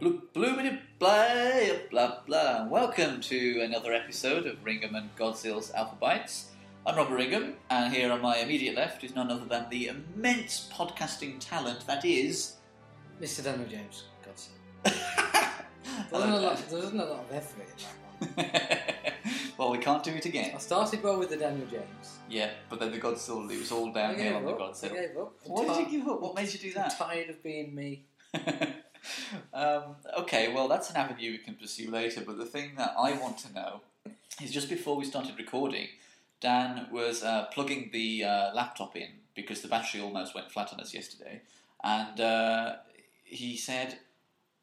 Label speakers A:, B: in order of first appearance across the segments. A: Bloomity blah, blah, blah. Welcome to another episode of Ringham and Godzill's Alpha Bites. I'm Robert Ringham, and here on my immediate left is none other than the immense podcasting talent that is.
B: Mr. Daniel James, Godzilla. There wasn't, a
A: Hello,
B: lot, there wasn't a lot of effort in that one.
A: Dan. well, we can't do it
B: I
A: again.
B: started well with the Daniel James.
A: Yeah, but then the Godzilla, it was all
B: I
A: downhill
B: gave
A: on the
B: up. I
A: Godzilla.
B: gave up. I'm
A: Why
B: tired-
A: did you give up? What made you do
B: I'm
A: that?
B: tired of being me.
A: um, okay, well, that's an avenue we can pursue later. But the thing that I want to know is just before we started recording, Dan was uh, plugging the uh, laptop in because the battery almost went flat on us yesterday, and uh, he said,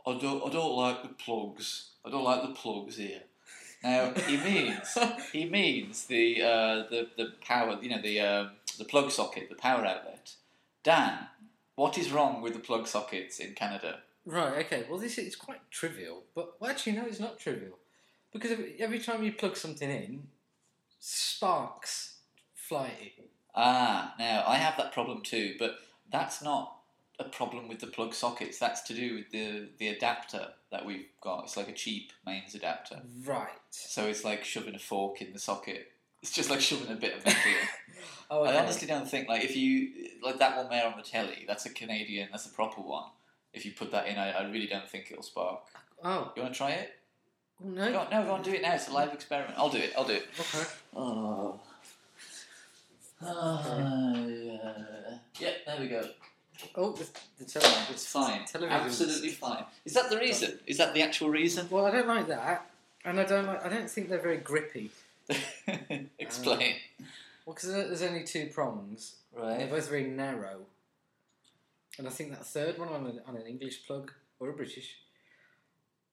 A: "I don't, I don't like the plugs. I don't like the plugs here." Now he means he means the uh, the the power, you know, the uh, the plug socket, the power outlet. Dan, what is wrong with the plug sockets in Canada?
B: Right, okay. Well, this is quite trivial, but well, actually, no, it's not trivial. Because every, every time you plug something in, sparks fly at you.
A: Ah, now I have that problem too, but that's not a problem with the plug sockets. That's to do with the the adapter that we've got. It's like a cheap mains adapter,
B: Right.
A: so it's like shoving a fork in the socket. It's just like shoving a bit of metal. in.
B: Oh,
A: I
B: okay.
A: honestly don't think like if you like that one there on the telly. That's a Canadian. That's a proper one. If you put that in, I, I really don't think it'll spark.
B: Oh,
A: You want to try it?
B: no.
A: Go on, no, go on, do it now. It's a live experiment. I'll do it. I'll do it.
B: Okay.
A: Oh. Oh, yeah. Yep, there we go.
B: Oh, the, the television.
A: It's fine.
B: Television's-
A: Absolutely fine. Is that the reason? Is that the actual reason?
B: Well, I don't like that, and I don't like. I don't think they're very grippy.
A: Explain.
B: Well, because there's only two prongs, and they're
A: right.
B: both very narrow. And I think that third one on, a, on an English plug or a British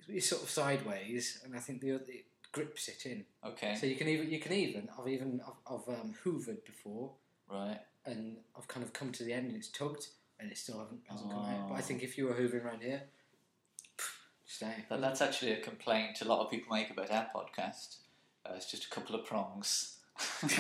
B: is sort of sideways, and I think the other it grips it in.
A: Okay.
B: So you can even you can even I've even I've, I've um, hoovered before,
A: Right.
B: and I've kind of come to the end, and it's tugged, and it still hasn't, hasn't come
A: Oh.
B: out. But I think if you were hoovering around here, stay.
A: That, that's actually a complaint a lot of people make about our podcast. Uh, it's just a couple of prongs.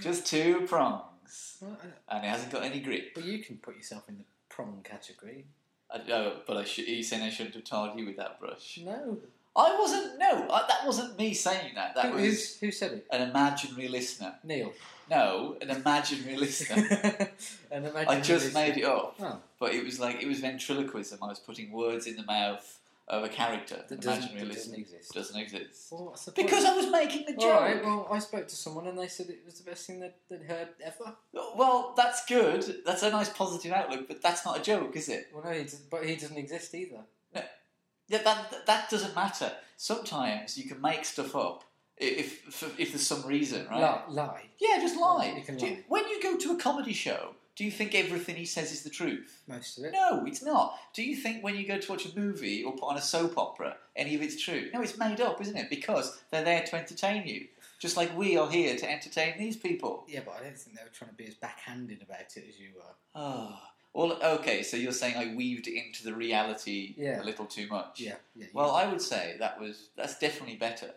A: just two prongs.
B: Well, I-
A: And it hasn't got any grip.
B: but you can put yourself in the prong category.
A: I, oh, but I should, you saying I shouldn't have tarred you with that brush.
B: No,
A: I wasn't, no, I, that wasn't me saying that. That
B: who,
A: was
B: who's- who said it?
A: an imaginary listener.
B: Neil.
A: No, an imaginary listener.
B: And imagine
A: I just
B: this-
A: made it up.
B: Oh,
A: But it was like it was ventriloquism. I was putting words in the mouth of a character.
B: that doesn't,
A: imaginary
B: that
A: listener
B: doesn't exist.
A: doesn't exist.
B: Well, what's the point?
A: Because I was making the
B: All
A: joke.
B: right, well, I spoke to someone and they said it was the best thing that they'd heard ever.
A: Well, that's good. That's a nice positive outlook, but that's not a joke, is it?
B: Well, no, he does, but he doesn't exist either.
A: Yeah, that that doesn't matter. Sometimes you can make stuff up i- if if, if there's some reason, right?
B: Lie. lie.
A: Yeah, just lie.
B: You can
A: Do
B: lie.
A: when you go to a comedy show, do you think everything he says is the truth?
B: Most of it.
A: No, it's not. Do you think when you go to watch a movie or put on a soap opera, any of it's true? No, it's made up, isn't it? Because they're there to entertain you. Just like we are here to entertain these people.
B: Yeah, but I don't think they were trying to be as backhanded about it as you were.
A: Oh. Well, okay, so you're saying I weaved it into the reality
B: Yeah.
A: a little too much.
B: Yeah, yeah. you-
A: Well, I would say that was that's definitely better.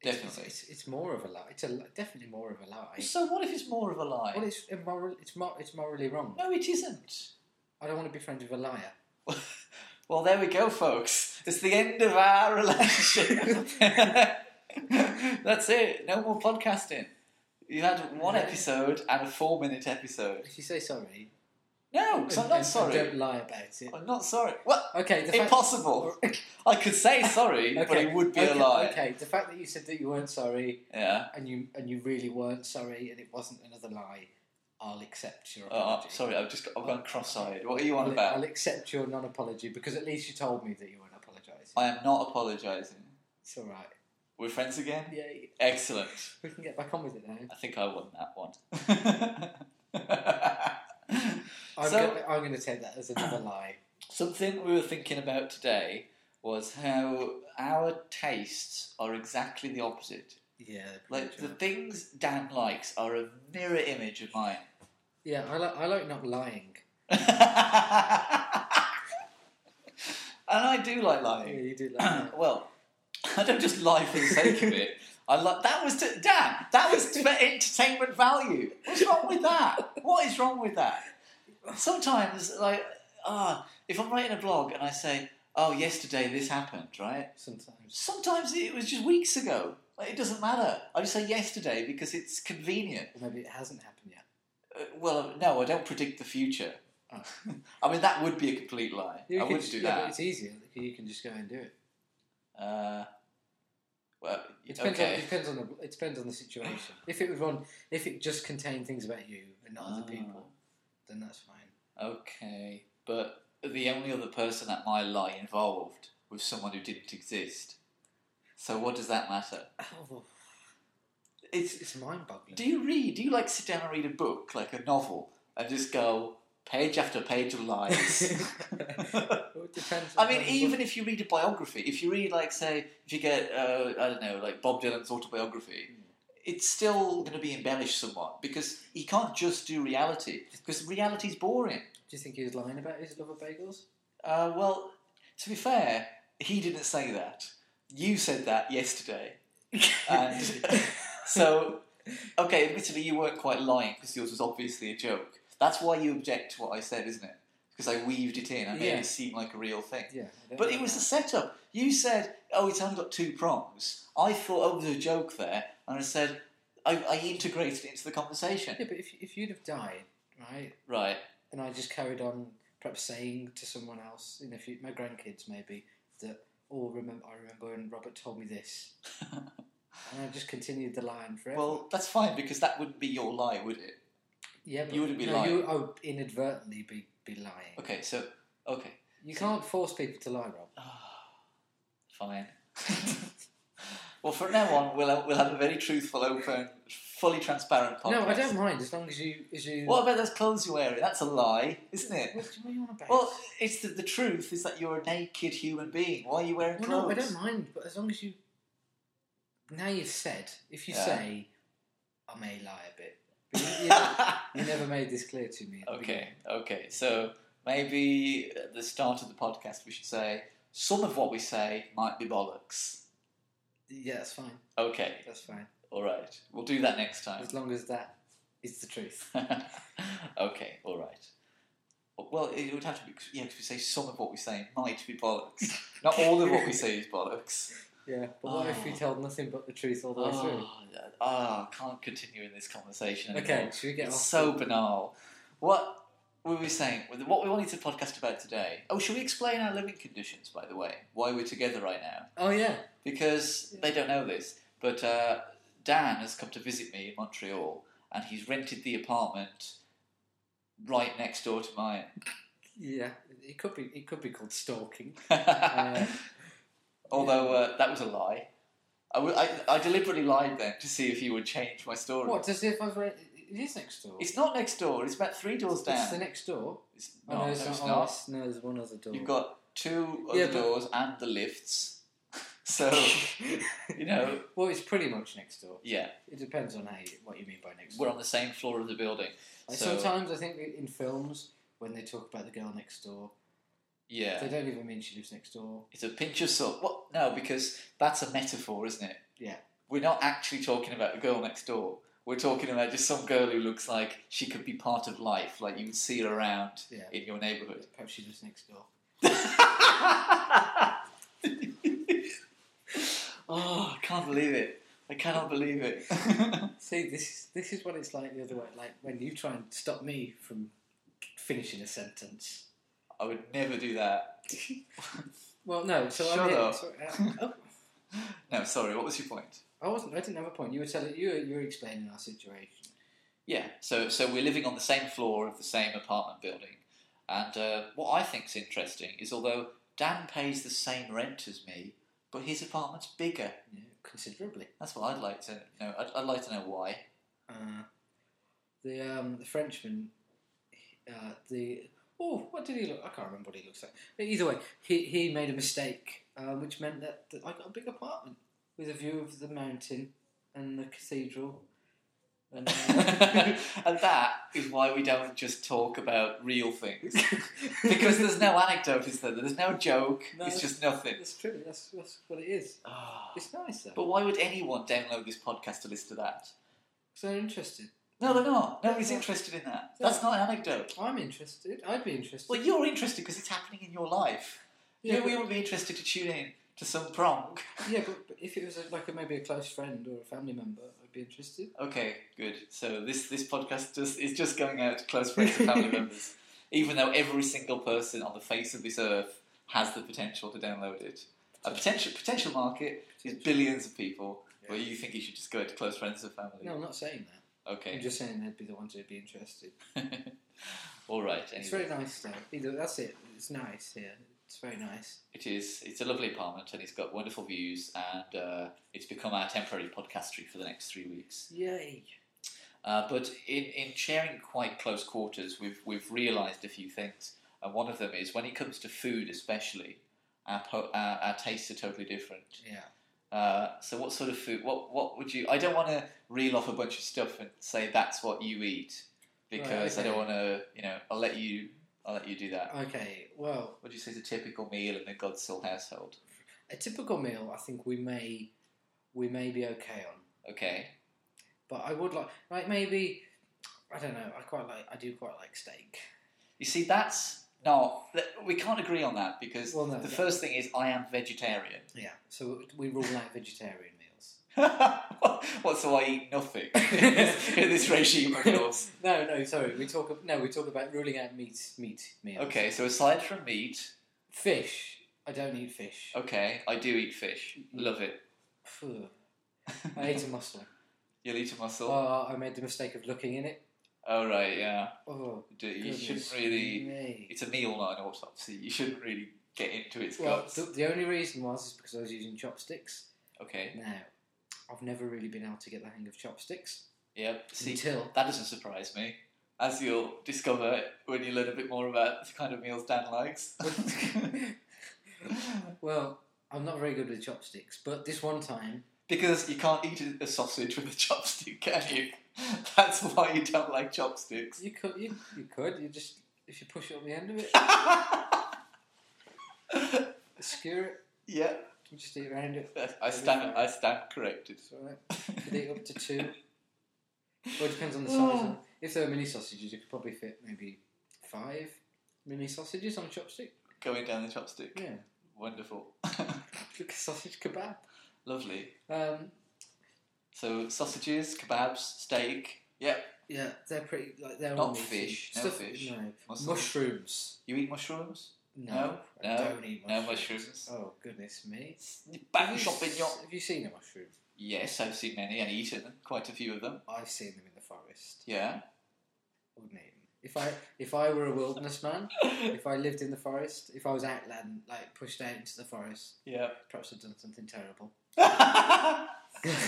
B: it's,
A: definitely.
B: It's, it's, it's more of a lie. It's a, li- definitely more of a lie.
A: So what if it's more of a lie?
B: Well, it's immoral. It's, mor- it's morally wrong.
A: no, it isn't.
B: I don't want to be friends with a liar.
A: Well, there we go, folks. It's the end of our relationship. That's it. No more podcasting. You had one
B: Yeah.
A: episode and a four-minute episode.
B: If you say sorry,
A: No, 'cause I'm
B: and-
A: not
B: and- and
A: sorry.
B: don't lie about it.
A: I'm not sorry. What?
B: Okay, the fact-
A: Impossible. I could say sorry, but it would be a
B: okay,
A: lie.
B: Okay, the fact that you said that you weren't sorry
A: Yeah.
B: and you and you really weren't sorry and it wasn't another lie, I'll accept your
A: Oh,
B: apology.
A: I'm sorry. I've just got, I've gone cross-eyed. What are you on
B: I'll, I'll
A: about?
B: accept your non-apology because at least you told me that you weren't apologising.
A: I am not apologising.
B: It's all right.
A: We're friends again.
B: Yeah,
A: Excellent.
B: we can get back on with it now.
A: I think I won that one.
B: I'm
A: So-
B: gonna, I'm going to take that as another lie.
A: Something we were thinking about today was how our tastes are exactly the opposite.
B: Yeah, pretty
A: Like
B: much
A: the
B: are.
A: things Dan likes are a mirror image of mine.
B: yeah, I like I like not lying.
A: and I do like
B: Yeah,
A: lying.
B: you do like that.
A: well, I don't just lie for the sake of it. I like that was to, Dan. That was for entertainment value. What's wrong with that? What is wrong with that? Sometimes, like ah, if I'm writing a blog and I say, oh, yesterday this happened, right?
B: sometimes.
A: Sometimes it was just weeks ago. Like, it doesn't matter. I just say yesterday because it's convenient.
B: Or maybe it hasn't happened yet.
A: Uh, well, no, I don't predict the future. I mean, that would be a complete lie.
B: You
A: I
B: can
A: wouldn't
B: just-
A: do
B: yeah, but
A: that.
B: it's easier. You can just go and do it.
A: Uh, well,
B: It depends, on,
A: okay.
B: it depends on the it depends on the situation. If it was on, if it just contained things about you and not other
A: Ah.
B: people, then that's fine.
A: Okay, but the only other person at my lie involved was someone who didn't exist. So what does that matter?
B: Oh,
A: It's
B: it's mind-boggling.
A: do you read? Do you like sit down and read a book, like a novel, and just go page after page of lies?
B: Well, it depends.
A: I
B: on
A: mean,
B: how-
A: even if you read a biography, if you read like say, if you get uh, I don't know, like Bob Dylan's autobiography, it's still going to be embellished somewhat because he can't just do reality because reality's boring.
B: Do you think he was lying about his love of bagels?
A: Uh, well, to be fair, he didn't say that. You said that yesterday. And so, okay, admittedly, you weren't quite lying because yours was obviously a joke. That's why you object to what I said, isn't it? Because I weaved it in. I made
B: Yeah.
A: it seem like a real thing.
B: yeah, I don't
A: But
B: know.
A: it was the setup. You said, oh, it's only got two prongs. I thought, oh, there's a joke there. And I said, I, I integrated it into the conversation.
B: yeah. But if if you'd have died, right,
A: Right.
B: and I just carried on perhaps saying to someone else in the future, my grandkids maybe, that oh remember I remember when Robert told me this, and I just continued the line forever.
A: Well, that's fine because that wouldn't be your lie, would it?
B: yeah, but
A: you wouldn't be
B: no,
A: lying.
B: You, I would inadvertently be, be lying.
A: Okay, so, okay.
B: You can't force people to lie, Rob.
A: Fine. well, from now on, we'll we'll have a very truthful, open, fully transparent podcast.
B: No, I don't mind as long as you as you.
A: What about those clothes you're wearing? That's a lie, isn't it?
B: What do you want about?
A: Well, it's the, the truth is that you're a naked human being. Why are you wearing
B: Well,
A: clothes?
B: no, I don't mind, but as long as you. Now you've said, if you
A: Yeah.
B: say, I may lie a bit. But you, you, never, you never made this clear to me. at the
A: okay, okay. So maybe at the start of the podcast, we should say some of what we say might be bollocks.
B: beginning. Yeah, that's fine.
A: Okay,
B: That's fine.
A: all right. We'll do that next time.
B: As long as that is the truth.
A: okay, all right. Well, it would have to be, yeah, because we say some of what we say might be bollocks. Not all of what we say is bollocks.
B: Yeah, but what if we
A: Oh.
B: tell nothing but the truth all the way through?
A: Oh, yeah. oh, I can't continue in this conversation. Anymore.
B: Okay, should we get
A: It's
B: off?
A: so banal. What were we saying? What we wanted to podcast about today? Oh, should we explain our living conditions, by the way? Why we're together right now?
B: Oh, yeah.
A: because they don't know this, but uh, Dan has come to visit me in Montreal, and he's rented the apartment right next door to mine.
B: Yeah. It could be, it could be called stalking. Uh,
A: Uh, Although uh, that was a lie. I, w- I, I deliberately lied then to see if he would change my story.
B: Uh, What, as if I've read. It is next door.
A: It's not next door. It's about three doors down.
B: It's the next door.
A: It's-
B: Oh,
A: no,
B: no,
A: no,
B: it's
A: it's
B: not.
A: not.
B: Oh, no, there's one other door.
A: You've got two other
B: Yeah, but-
A: doors and the lifts. So you know,
B: Well, it's pretty much next door.
A: yeah,
B: It depends on how you, what you mean by next
A: we're
B: door.
A: on the same floor of the building.
B: Like,
A: so-
B: sometimes I think in films when they talk about the girl next door,
A: Yeah.
B: they don't even mean she lives next door.
A: It's a pinch of salt. What? No, because that's a metaphor, isn't it?
B: Yeah.
A: We're not actually talking about the girl next door. We're talking about just some girl who looks like she could be part of life, like you would see her around
B: Yeah.
A: in your neighbourhood.
B: Perhaps she lives next door.
A: oh, I can't believe it. I cannot believe it.
B: See, this is this is what it's like the other way. Like when you try and stop me from finishing a sentence.
A: I would never do that.
B: Well, no. So
A: Shut
B: I'm here.
A: up.
B: So, uh, oh,
A: No, sorry, what was your point?
B: I wasn't. I didn't have a point. You were telling. You were, you were explaining our situation.
A: Yeah, so so we're living on the same floor of the same apartment building, and uh, what I think's interesting is although Dan pays the same rent as me, but his apartment's bigger.
B: Yeah, considerably.
A: That's what I'd like to know. I'd, I'd like to know why.
B: Uh, the um, the Frenchman, uh, the oh, what did he look? I can't remember what he looks like. But either way, he he made a mistake, uh, which meant that, that I got a big apartment with a view of the mountain and the cathedral. And, uh,
A: and that is why we don't just talk about real things because there's no anecdote, is there? There's no joke.
B: No.
A: It's just nothing.
B: that's true. That's that's what it is.
A: Ah.
B: It's nice though.
A: But why would anyone download this podcast to listen to that?
B: so interested.
A: No, they're not. Nobody's
B: Yeah.
A: interested in that.
B: Yeah.
A: That's not an anecdote.
B: I'm interested. I'd be interested.
A: Well, you're interested because it's happening in your life.
B: yeah,
A: you, we
B: but,
A: would be interested to tune in to some prong.
B: yeah, but, but if it was a, like a, maybe a close friend or a family member, I'd be interested.
A: Okay, good. So this this podcast just is just going out to close friends and family members, even though every single person on the face of this earth has the potential to download it. A potential potential market is billions of people.
B: Yeah.
A: Where you think you should just go out to close friends and family?
B: No, I'm not saying that. I'm
A: Okay.
B: just saying they'd be the ones who'd be interested.
A: All right.
B: It's
A: Anyway,
B: very nice though. Either that's it. It's nice here. It's very nice.
A: it is. It's a lovely apartment, and it's got wonderful views, and uh, it's become our temporary podcast tree for the next three weeks.
B: Yay!
A: Uh, but in, in sharing quite close quarters, we've we've realised a few things, and one of them is when it comes to food, especially, our po- our, our tastes are totally different.
B: Yeah.
A: Uh, so, what sort of food? What what would you? I don't want to reel off a bunch of stuff and say that's what you eat, because I don't want to. You know, I'll let you. I'll let you do that.
B: Okay. Well,
A: What do you say is a typical meal in a Godsill household?
B: a typical meal, I think we may we may be okay on.
A: Okay,
B: But I would like like maybe I don't know. I quite like I do quite like steak.
A: you see, that's not. That, we can't agree on that because
B: Well, no,
A: the
B: yeah.
A: first thing is I am vegetarian.
B: Yeah. So we rule out vegetarian meals.
A: what, so I eat nothing in this, in this regime of yours?
B: No, no, sorry. We talk ab- no, we talk about ruling out meat meat meals.
A: Okay, so aside from meat,
B: Fish. I don't eat fish.
A: okay, I do eat fish. Love it.
B: Phew. I ate a mussel.
A: You'll eat a mussel? Oh,
B: Oh, I made the mistake of looking in it.
A: right, yeah.
B: Oh,
A: You do- You shouldn't
B: goodness
A: really.
B: me.
A: It's a meal, not an autopsy. You shouldn't really get into its
B: Well,
A: guts.
B: the, the only reason was is because I was using chopsticks.
A: Okay,
B: Now, I've never really been able to get the hang of chopsticks
A: yep. See,
B: until
A: that doesn't surprise me. As you'll discover when you learn a bit more about the kind of meals Dan likes.
B: Well, I'm not very good with chopsticks, but this one time,
A: Because you can't eat a- a sausage with a chopstick, can you? That's why you don't like chopsticks.
B: you could, you, you could, you just if you push it on the end of it, skewer it,
A: yeah,
B: you just eat around it.
A: that- I stand. I stand corrected.
B: It's alright. You could eat up to two. Well, it depends on the size. of- if they were mini sausages, you could probably fit maybe five mini sausages on a chopstick.
A: Going down the chopstick.
B: Yeah,
A: Wonderful.
B: like a sausage kebab.
A: Lovely.
B: Um,
A: So sausages, kebabs, steak. Yep.
B: yeah, they're pretty like they're
A: Not
B: all meaty.
A: fish, no fish.
B: No
A: Mussels.
B: mushrooms.
A: You eat mushrooms?
B: No,
A: No,
B: I
A: no,
B: don't eat
A: No
B: mushrooms.
A: mushrooms.
B: Oh goodness me!
A: Back
B: Have you
A: shopping.
B: s-
A: Your...
B: Have you seen a mushroom?
A: Yes, I've seen many and eaten them. Quite a few of them.
B: I've seen them in the forest.
A: Yeah.
B: I Wouldn't eat them. If I if I were a wilderness man, if I lived in the forest, if I was outland, like pushed out into the forest,
A: yeah.
B: perhaps I'd done something terrible.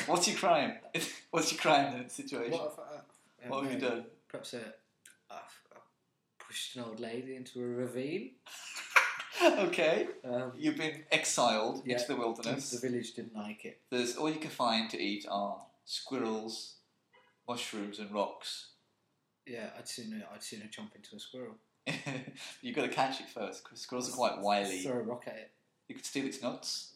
A: What's your crime? What's your crime in that situation?
B: What if I, I
A: what have
B: don't
A: you
B: know,
A: done?
B: Perhaps uh, I've, I pushed an old lady into a ravine.
A: okay.
B: Um,
A: You've been exiled
B: Yeah.
A: into the
B: the
A: wilderness.
B: village didn't like it.
A: There's all you can find to eat are squirrels, mushrooms, and rocks.
B: Yeah, I'd sooner I'd sooner jump into a squirrel.
A: You've got to catch it first because squirrels are quite wily.
B: Throw a rock at it.
A: You could steal its nuts.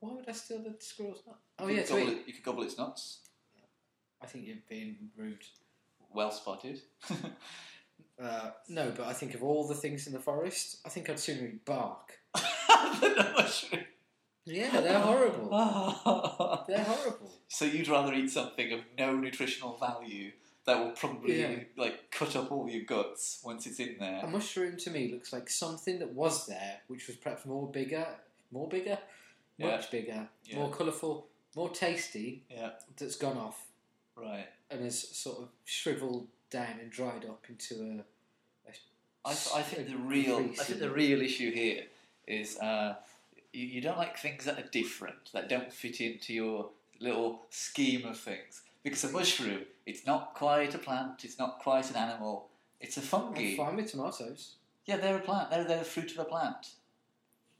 B: Why would I steal the squirrel's nut? Oh
A: you
B: yeah,
A: could gobble
B: sweet.
A: it- You could gobble its nuts.
B: I think you're being rude.
A: Well spotted.
B: Uh, no, but I think of all the things in the forest, I think I'd sooner eat bark.
A: The mushroom.
B: Yeah, they're horrible. They're
A: horrible.
B: horrible.
A: So you'd rather eat something of no nutritional value that will probably
B: Yeah.
A: like cut up all your guts once it's in
B: A
A: there.
B: mushroom to me looks like something that was there, which was perhaps more bigger, more bigger,
A: Yeah.
B: much bigger,
A: Yeah.
B: more colourful, more tasty.
A: Yeah.
B: That's gone off
A: Right.
B: and has sort of shriveled down and dried up into
A: I, I think the real I think the real issue here is uh, you, you don't like things that are different that don't fit into your little scheme of things because a mushroom it's not quite a plant it's not quite an animal it's a
B: a.
A: fungi
B: I'm fine with tomatoes,
A: yeah they're a plant they're, they're the fruit of a plant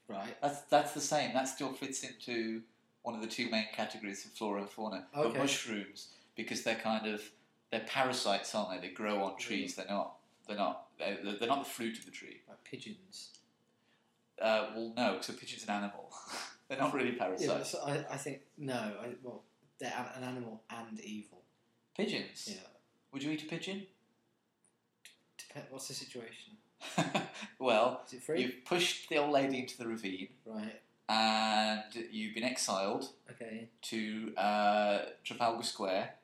B: right?
A: that's that's the same that still fits into one of the two main categories of flora and fauna but
B: Okay.
A: mushrooms because they're kind of they're parasites aren't they they grow
B: Mm.
A: on trees they're not they're not they're, they're not the fruit of the tree
B: Like pigeons.
A: Uh, well, no, because a pigeon's an animal. They're not really
B: Yeah, but
A: parasites.
B: so I, I think no. I, well, they're an an animal and evil.
A: Pigeons.
B: Yeah,
A: Would you eat a pigeon?
B: Dep- What's the situation?
A: well,
B: Is it free?
A: you've pushed the old lady into the ravine
B: Right.
A: and you've been exiled
B: Okay.
A: to uh, Trafalgar Square.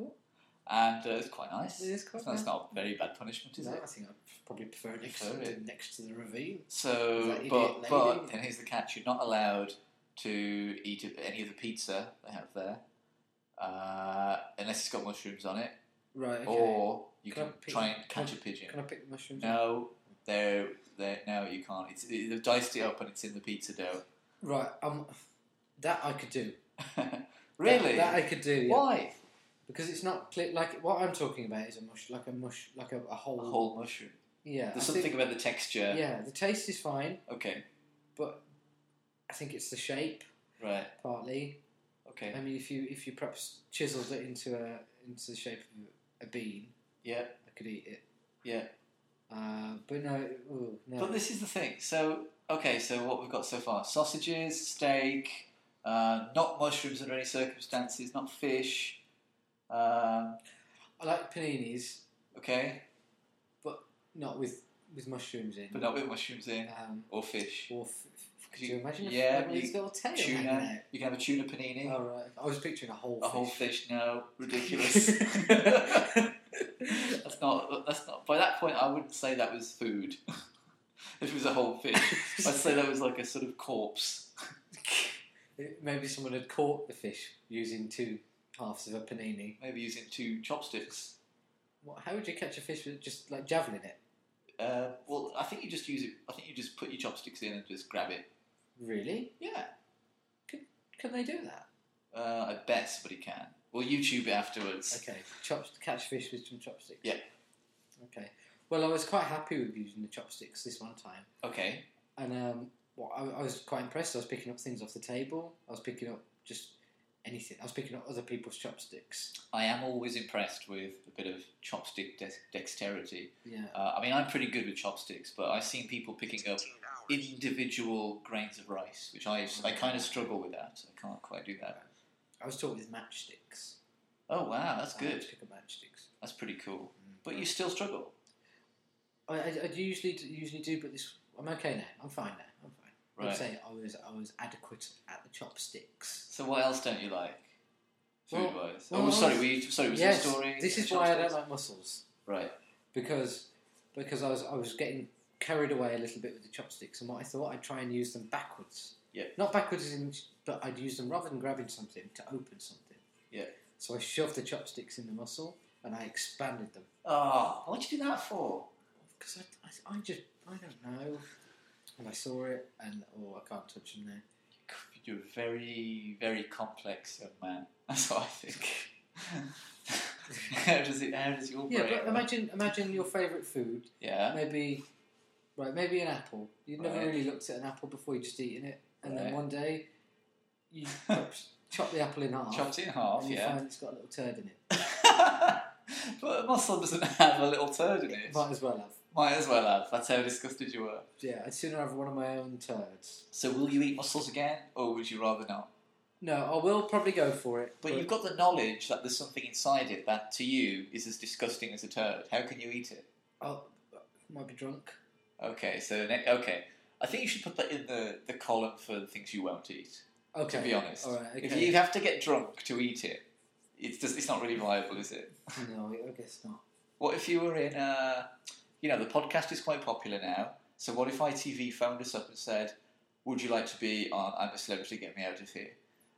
B: Ooh.
A: and uh, it's quite nice.
B: It is quite
A: So that's
B: nice.
A: not a very bad punishment, is
B: No,
A: it?
B: I think I probably prefer it next,
A: Prefer
B: to-
A: it.
B: next to the ravine.
A: So,
B: That
A: but
B: idiot
A: but
B: lady.
A: and here's the catch: you're not allowed to eat of- any of the pizza they have there, uh, unless it's got mushrooms on it,
B: Right. Okay.
A: or you
B: Can I
A: can,
B: pick-
A: try and
B: can I-
A: catch a pigeon.
B: Can I pick the mushrooms? up?
A: No, they're, they're no, you can't. It's they've diced it up and it's in the pizza dough.
B: Right. Um, that I could do.
A: really?
B: That, that I could do. yeah.
A: Why?
B: Because it's not clear. Like what I'm talking about is a mush, like a mush, like a, a whole.
A: A whole mushroom.
B: Oh. Yeah.
A: There's
B: I think-
A: something about the texture.
B: yeah. The taste is fine,
A: Okay.
B: but I think it's the shape
A: Right.
B: partly.
A: Okay.
B: I mean, if you if you perhaps chiseled it into a into the shape of a bean,
A: Yeah.
B: I could eat it.
A: Yeah.
B: Uh, but no, ooh, no.
A: But this is the thing. So okay. So what we've got so far: sausages, steak, uh, not mushrooms under any circumstances, not fish. Um,
B: I like paninis,
A: okay,
B: not with with mushrooms in.
A: but not with mushrooms in
B: Um,
A: or fish.
B: or f- f- could
A: You-
B: you imagine? if
A: yeah,
B: that was
A: you-
B: got a tail hanging
A: Tuna.
B: out?
A: You can have a tuna panini.
B: Oh, right. I was picturing a whole
A: a whole
B: fish.
A: fish? No, ridiculous. that's not. That's not. By that point, I wouldn't say that was food. if it was a whole fish, I'd say that was like a sort of corpse.
B: Maybe someone had caught the fish using two halves of a panini.
A: Maybe using two chopsticks.
B: What, how would you catch a fish with just like javelin it?
A: Uh, well, I think you just use it. I think you just put your chopsticks in and just grab it.
B: Really?
A: Yeah,
B: Can they do that?
A: uh, I bet somebody can. We'll YouTube it afterwards.
B: Okay, chops catch fish with some chopsticks.
A: Yeah.
B: Okay. Well, I was quite happy with using the chopsticks this one time,
A: Okay.
B: and um, well, I, I was quite impressed. I was picking up things off the table. I was picking up just anything. I was picking up other people's chopsticks.
A: I am always impressed with a bit of chopstick de- dexterity.
B: Yeah.
A: Uh, I mean, I'm pretty good with chopsticks, but I've seen people picking up individual grains of rice, which I I kind of struggle with that. I can't quite do that.
B: I was taught with matchsticks.
A: Oh wow, that's
B: I had
A: good.
B: to Pick up matchsticks.
A: That's pretty cool.
B: Mm-hmm.
A: But you still struggle.
B: I, I, I usually do- usually do, but this I'm okay now. I'm fine now. I'm fine. I'd
A: Right.
B: say I was I was adequate at the chopsticks.
A: So what else don't you like?
B: Well-
A: Food wise.
B: well,
A: oh,
B: I
A: sorry,
B: was-
A: we sorry, was
B: yes,
A: the story?
B: this
A: the
B: is why I don't
A: chopsticks?
B: like mussels.
A: Right.
B: because because I was I was getting carried away a little bit with the chopsticks, and what I thought I'd try and use them backwards.
A: Yeah.
B: Not backwards, as in, but I'd use them rather than grabbing something to open something.
A: Yeah.
B: So I shoved the chopsticks in the muscle and I expanded them Ah,
A: Oh, what'd you do that for?
B: because I, I, I just I don't know. And I saw it, and oh, I can't touch them now.
A: You're a very, very complex young man. That's what I think. how does it? How does your
B: Yeah,
A: brain?
B: but imagine imagine your favourite food,
A: yeah.
B: maybe right, maybe an apple. You'd never
A: Right.
B: really looked at an apple before; you just eaten it, and
A: Uh-huh. Right.
B: then one day you chop, chop the apple in half.
A: Chopped it in half.
B: and you
A: Yeah.
B: find it's got a little turd in it.
A: but a mussel doesn't have a little turd in it.
B: Might as well have.
A: Might as well have. That's how disgusted you were.
B: Yeah, I'd sooner have one of my own turds.
A: So will you eat mussels again, or would you rather not?
B: No, I will probably go for it.
A: But you've got the knowledge that there's something inside it that to you is as disgusting as a turd. How can you eat it?
B: I'll, might be drunk.
A: Okay, so ne- okay, I think you should put that in the, the column for the things you won't eat.
B: Okay.
A: To be honest,
B: All right. Okay.
A: if you have to get drunk to eat it, it's just, it's not really viable, is it?
B: No, I guess not.
A: What if you were in uh you know, the podcast is quite popular now. So what if ITV phoned us up and said, "Would you like to be on I'm a Celebrity, Get Me Out of Here?"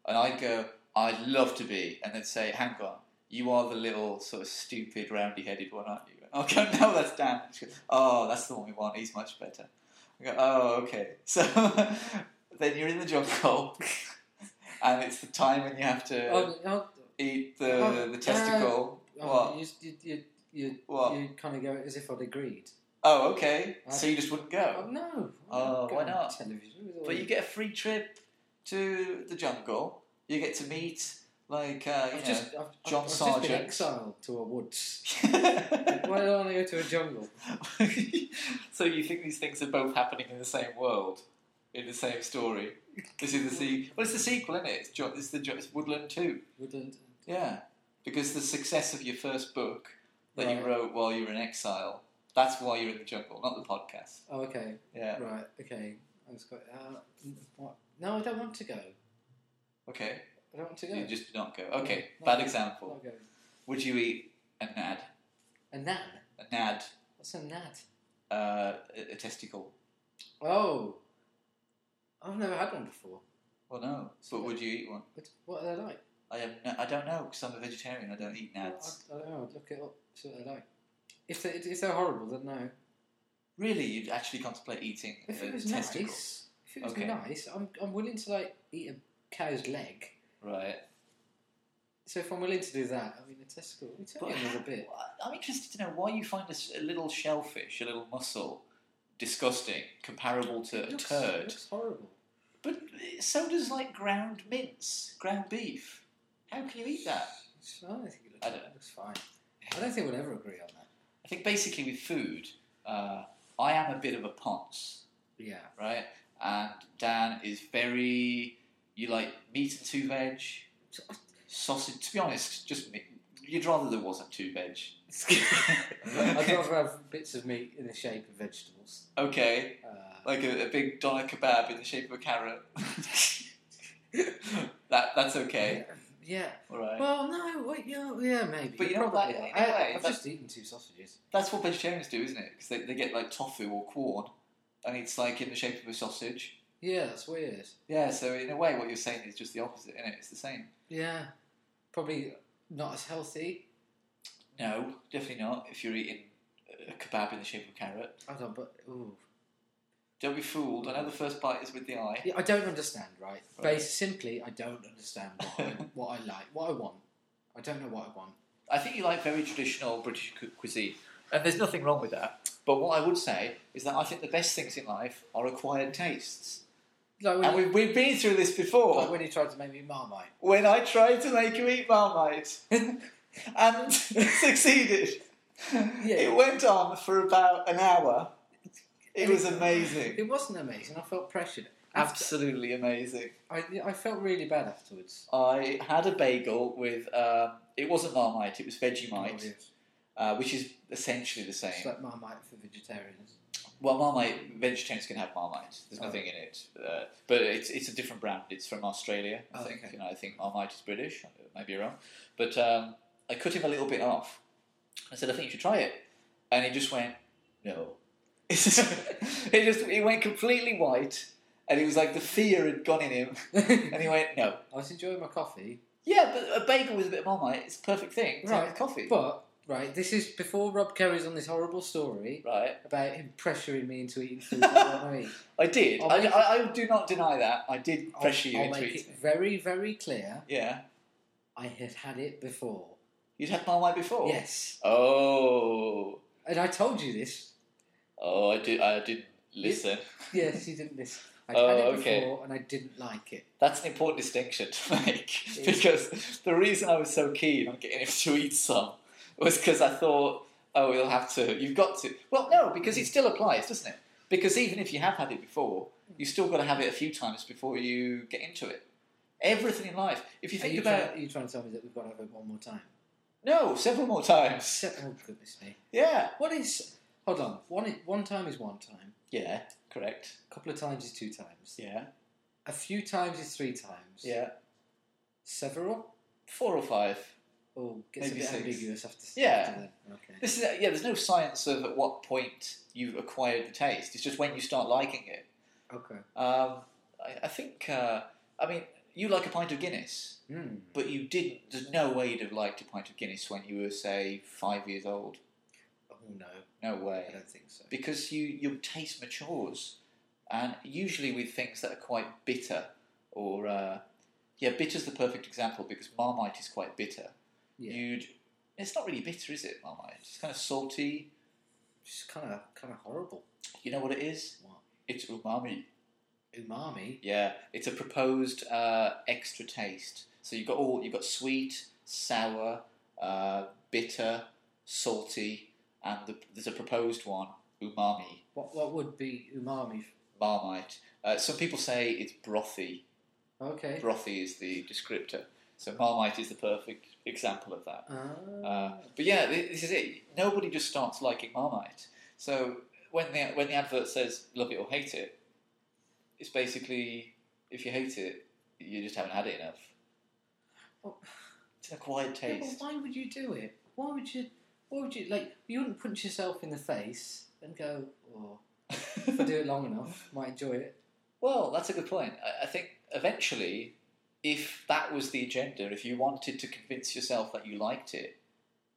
A: And I'd go, "I'd love to be," and then say, "Hang on, you are the little sort of stupid, roundy-headed one, aren't you?" I'll go, "No, that's Dan." She goes, "Oh, that's the one we want. He's much better." I go, "Oh, okay." So then you're in the job hole, and it's the time when you have to
B: Oh, oh,
A: eat the
B: Oh,
A: the testicle.
B: oh,
A: What?
B: You, you, you, you,
A: What?
B: you kind of go as if I'd agreed.
A: Oh, okay.
B: I-
A: So you just wouldn't
B: Oh,
A: go.
B: no.
A: Oh,
B: Go
A: why
B: on
A: not?
B: Television. with all
A: But you
B: the-
A: get a free trip to the jungle. You get to meet, like, uh, you know.
B: I've just, I've, I've-
A: John
B: I've just
A: Sargent.
B: been exiled to a woods. Why don't I go to a jungle?
A: so you think these things are both happening in the same world, in the same story? This is the sequel. Well, it's the sequel, isn't it? It's, jo- it's the jo- it's Woodland Two.
B: Wouldn't.
A: Yeah, because the success of your first book that you
B: Right.
A: wrote while you were in exile. That's why you're in the jungle, not the podcast.
B: Oh, okay.
A: Yeah.
B: Right. Okay. I was quite. Uh, n- what? No, I don't want to go. I
A: Okay.
B: don't want to go.
A: You just did not go. Okay.
B: No,
A: Bad
B: no,
A: example.
B: I'll go.
A: Would you eat a nad?
B: A nan.
A: A nad.
B: What's a nat?
A: Uh, a, a testicle.
B: Oh. I've never had one before.
A: Well, no. But would you eat one?
B: What, what are they like?
A: I have no, I don't know because I'm a vegetarian. I don't eat nads.
B: I, I don't know. I'd look it up. See what they're like. If they if they're horrible, then no.
A: Really, you'd actually contemplate eating
B: If
A: a
B: it was
A: testicle,
B: nice, if it was
A: Okay.
B: nice, I'm I'm willing to like eat a cow's leg.
A: right?
B: So if I'm willing to do that, I mean a testicle. It's only another bit.
A: I'm interested to know why you find a, s- a little shellfish, a little mussel, disgusting, comparable to
B: It
A: a
B: looks,
A: turd.
B: it looks horrible.
A: But so does like ground mince, ground beef. How can you eat that?
B: It's fine. I think it looks,
A: I don't-
B: it looks fine. I don't think we'll ever agree on that.
A: I think basically with food, uh, I am a bit of a ponce,
B: Yeah.
A: right? And Dan is very you like meat and two veg, sausage. To be honest, just me- you'd rather there wasn't two veg.
B: I'd rather have bits of meat in the shape of vegetables.
A: Okay,
B: Uh,
A: like a, a big doner kebab in the shape of a carrot. that that's okay.
B: yeah.
A: All right.
B: Well, no. Wait, yeah, yeah, maybe.
A: But you know what,
B: Probably.
A: in a
B: I,
A: way,
B: I've
A: that-
B: just eaten two sausages.
A: That's what vegetarians do, isn't it? Because they, they get like tofu or corn, and it's like in the shape of a sausage.
B: Yeah, that's weird.
A: Yeah, so in a way, what you're saying is just the opposite, innit? It's the same.
B: Yeah. Probably not as healthy.
A: No, definitely not. If you're eating a kebab in the shape of a carrot,
B: I don't. But ooh.
A: don't be fooled. I know the first bite is with the eye.
B: Yeah, I don't understand, right?
A: Right.
B: Bas simply, I don't understand what I, what I like, what I want. I don't know what I want.
A: I think you like very traditional British cu- cuisine, and there's nothing wrong with that. But what I would say is that I think the best things in life are acquired tastes.
B: Like when,
A: And
B: you,
A: we've, we've been through this
B: like
A: before.
B: when you tried to make me marmite.
A: When I tried to make you eat Marmite and succeeded. It went on for about an hour. It
B: And
A: was amazing.
B: It wasn't amazing. I felt pressured. After,
A: Absolutely amazing.
B: I, I felt really bad afterwards.
A: I had a bagel with, um, it wasn't Marmite, it was
B: Oh,
A: Vegemite,
B: yes.
A: uh, which is essentially the
B: It's
A: same.
B: like marmite for vegetarians.
A: Well, Marmite, vegetarians can have Marmite. There's
B: Oh.
A: nothing in it. Uh, but it's, it's a different brand. It's from Australia, I
B: Oh,
A: think.
B: okay.
A: You know, I think Marmite is British. I might be wrong. But um, I cut him a little bit off. I said, I think you should try it. And he just went, no. it just he went completely white. And it was like the fear had gone in him.
B: I
A: And he went, no.
B: was enjoying my coffee,
A: Yeah, but a bagel with a bit of Marmite is a perfect thing. It's
B: Right.
A: like coffee.
B: but right, this is before Rob carries on this horrible story
A: right.
B: about him pressuring me into eating food I don't want to eat.
A: I did.
B: I'll
A: I,
B: make-
A: I, I do not deny that. I did
B: I'll-
A: pressure you
B: I'll
A: into
B: make
A: eating.
B: it very, very clear.
A: Yeah.
B: I had had it before.
A: You'd had Marmite before?
B: Yes,
A: Oh,
B: and I told you this.
A: oh, I did. I didn't listen.
B: Yes, you didn't listen. I'd
A: Oh,
B: had it
A: okay.
B: before, and I didn't like it.
A: That's an important distinction to make
B: It is.
A: because the reason I was so keen on getting him to eat some was because I thought, oh, you'll have to. You've got to. Well, no, because it still applies, doesn't it? Because even if you have had it before,
B: Mm.
A: you still got to have it a few times before you get into it. Everything in life. If you
B: Are
A: think
B: you
A: about
B: trying, are you trying to tell me that we've got to have it one more time?
A: no, several more times.
B: Se- Oh goodness me!
A: Yeah.
B: What is? Hold on. One i- one time is one time.
A: Yeah. Correct.
B: A couple of times is two times.
A: Yeah.
B: A few times is three times.
A: Yeah.
B: Several?
A: Four or five.
B: Oh, gets
A: Maybe
B: a bit
A: six.
B: ambiguous after.
A: Yeah.
B: After then. Okay.
A: This is yeah. There's no science of at what point you've acquired the taste. It's just when you start liking it.
B: Okay.
A: Um, I, I think. Uh, I mean, you like a pint of Guinness,
B: Hmm.
A: but you didn't. There's no way you'd have liked a pint of Guinness when you were, say, five years old.
B: Oh no,
A: No
B: I
A: way,
B: don't think so.
A: because you your taste matures, and usually with things that are quite bitter, or uh, yeah, bitter's the perfect example because Marmite is quite bitter.
B: Yeah.
A: You'd. It's not really bitter, is it, Marmite? It's kind of salty.
B: It's kind of kind of horrible.
A: You know what it is?
B: What?
A: It's umami.
B: Umami.
A: Yeah, it's a proposed uh, extra taste. So you've got all you've got sweet, sour, uh, bitter, salty, and the, there's a proposed one, umami,
B: What what would be umami?
A: marmite. Uh, some people say it's brothy.
B: Okay.
A: Brothy is the descriptor. So Marmite is the perfect example of that.
B: Ah.
A: Uh, but yeah, thi- this is it. Nobody just starts liking Marmite. So when the when the advert says "love it or hate it," it's basically if you hate it, you just haven't had it enough.
B: Oh.
A: It's an acquired
B: Yeah, but
A: taste.
B: why would you do it? Why would you? Why would you like? You wouldn't punch yourself in the face and go, "Oh, if I do it long enough, might enjoy it."
A: Well, that's a good point. I, I think eventually, if that was the agenda, if you wanted to convince yourself that you liked it,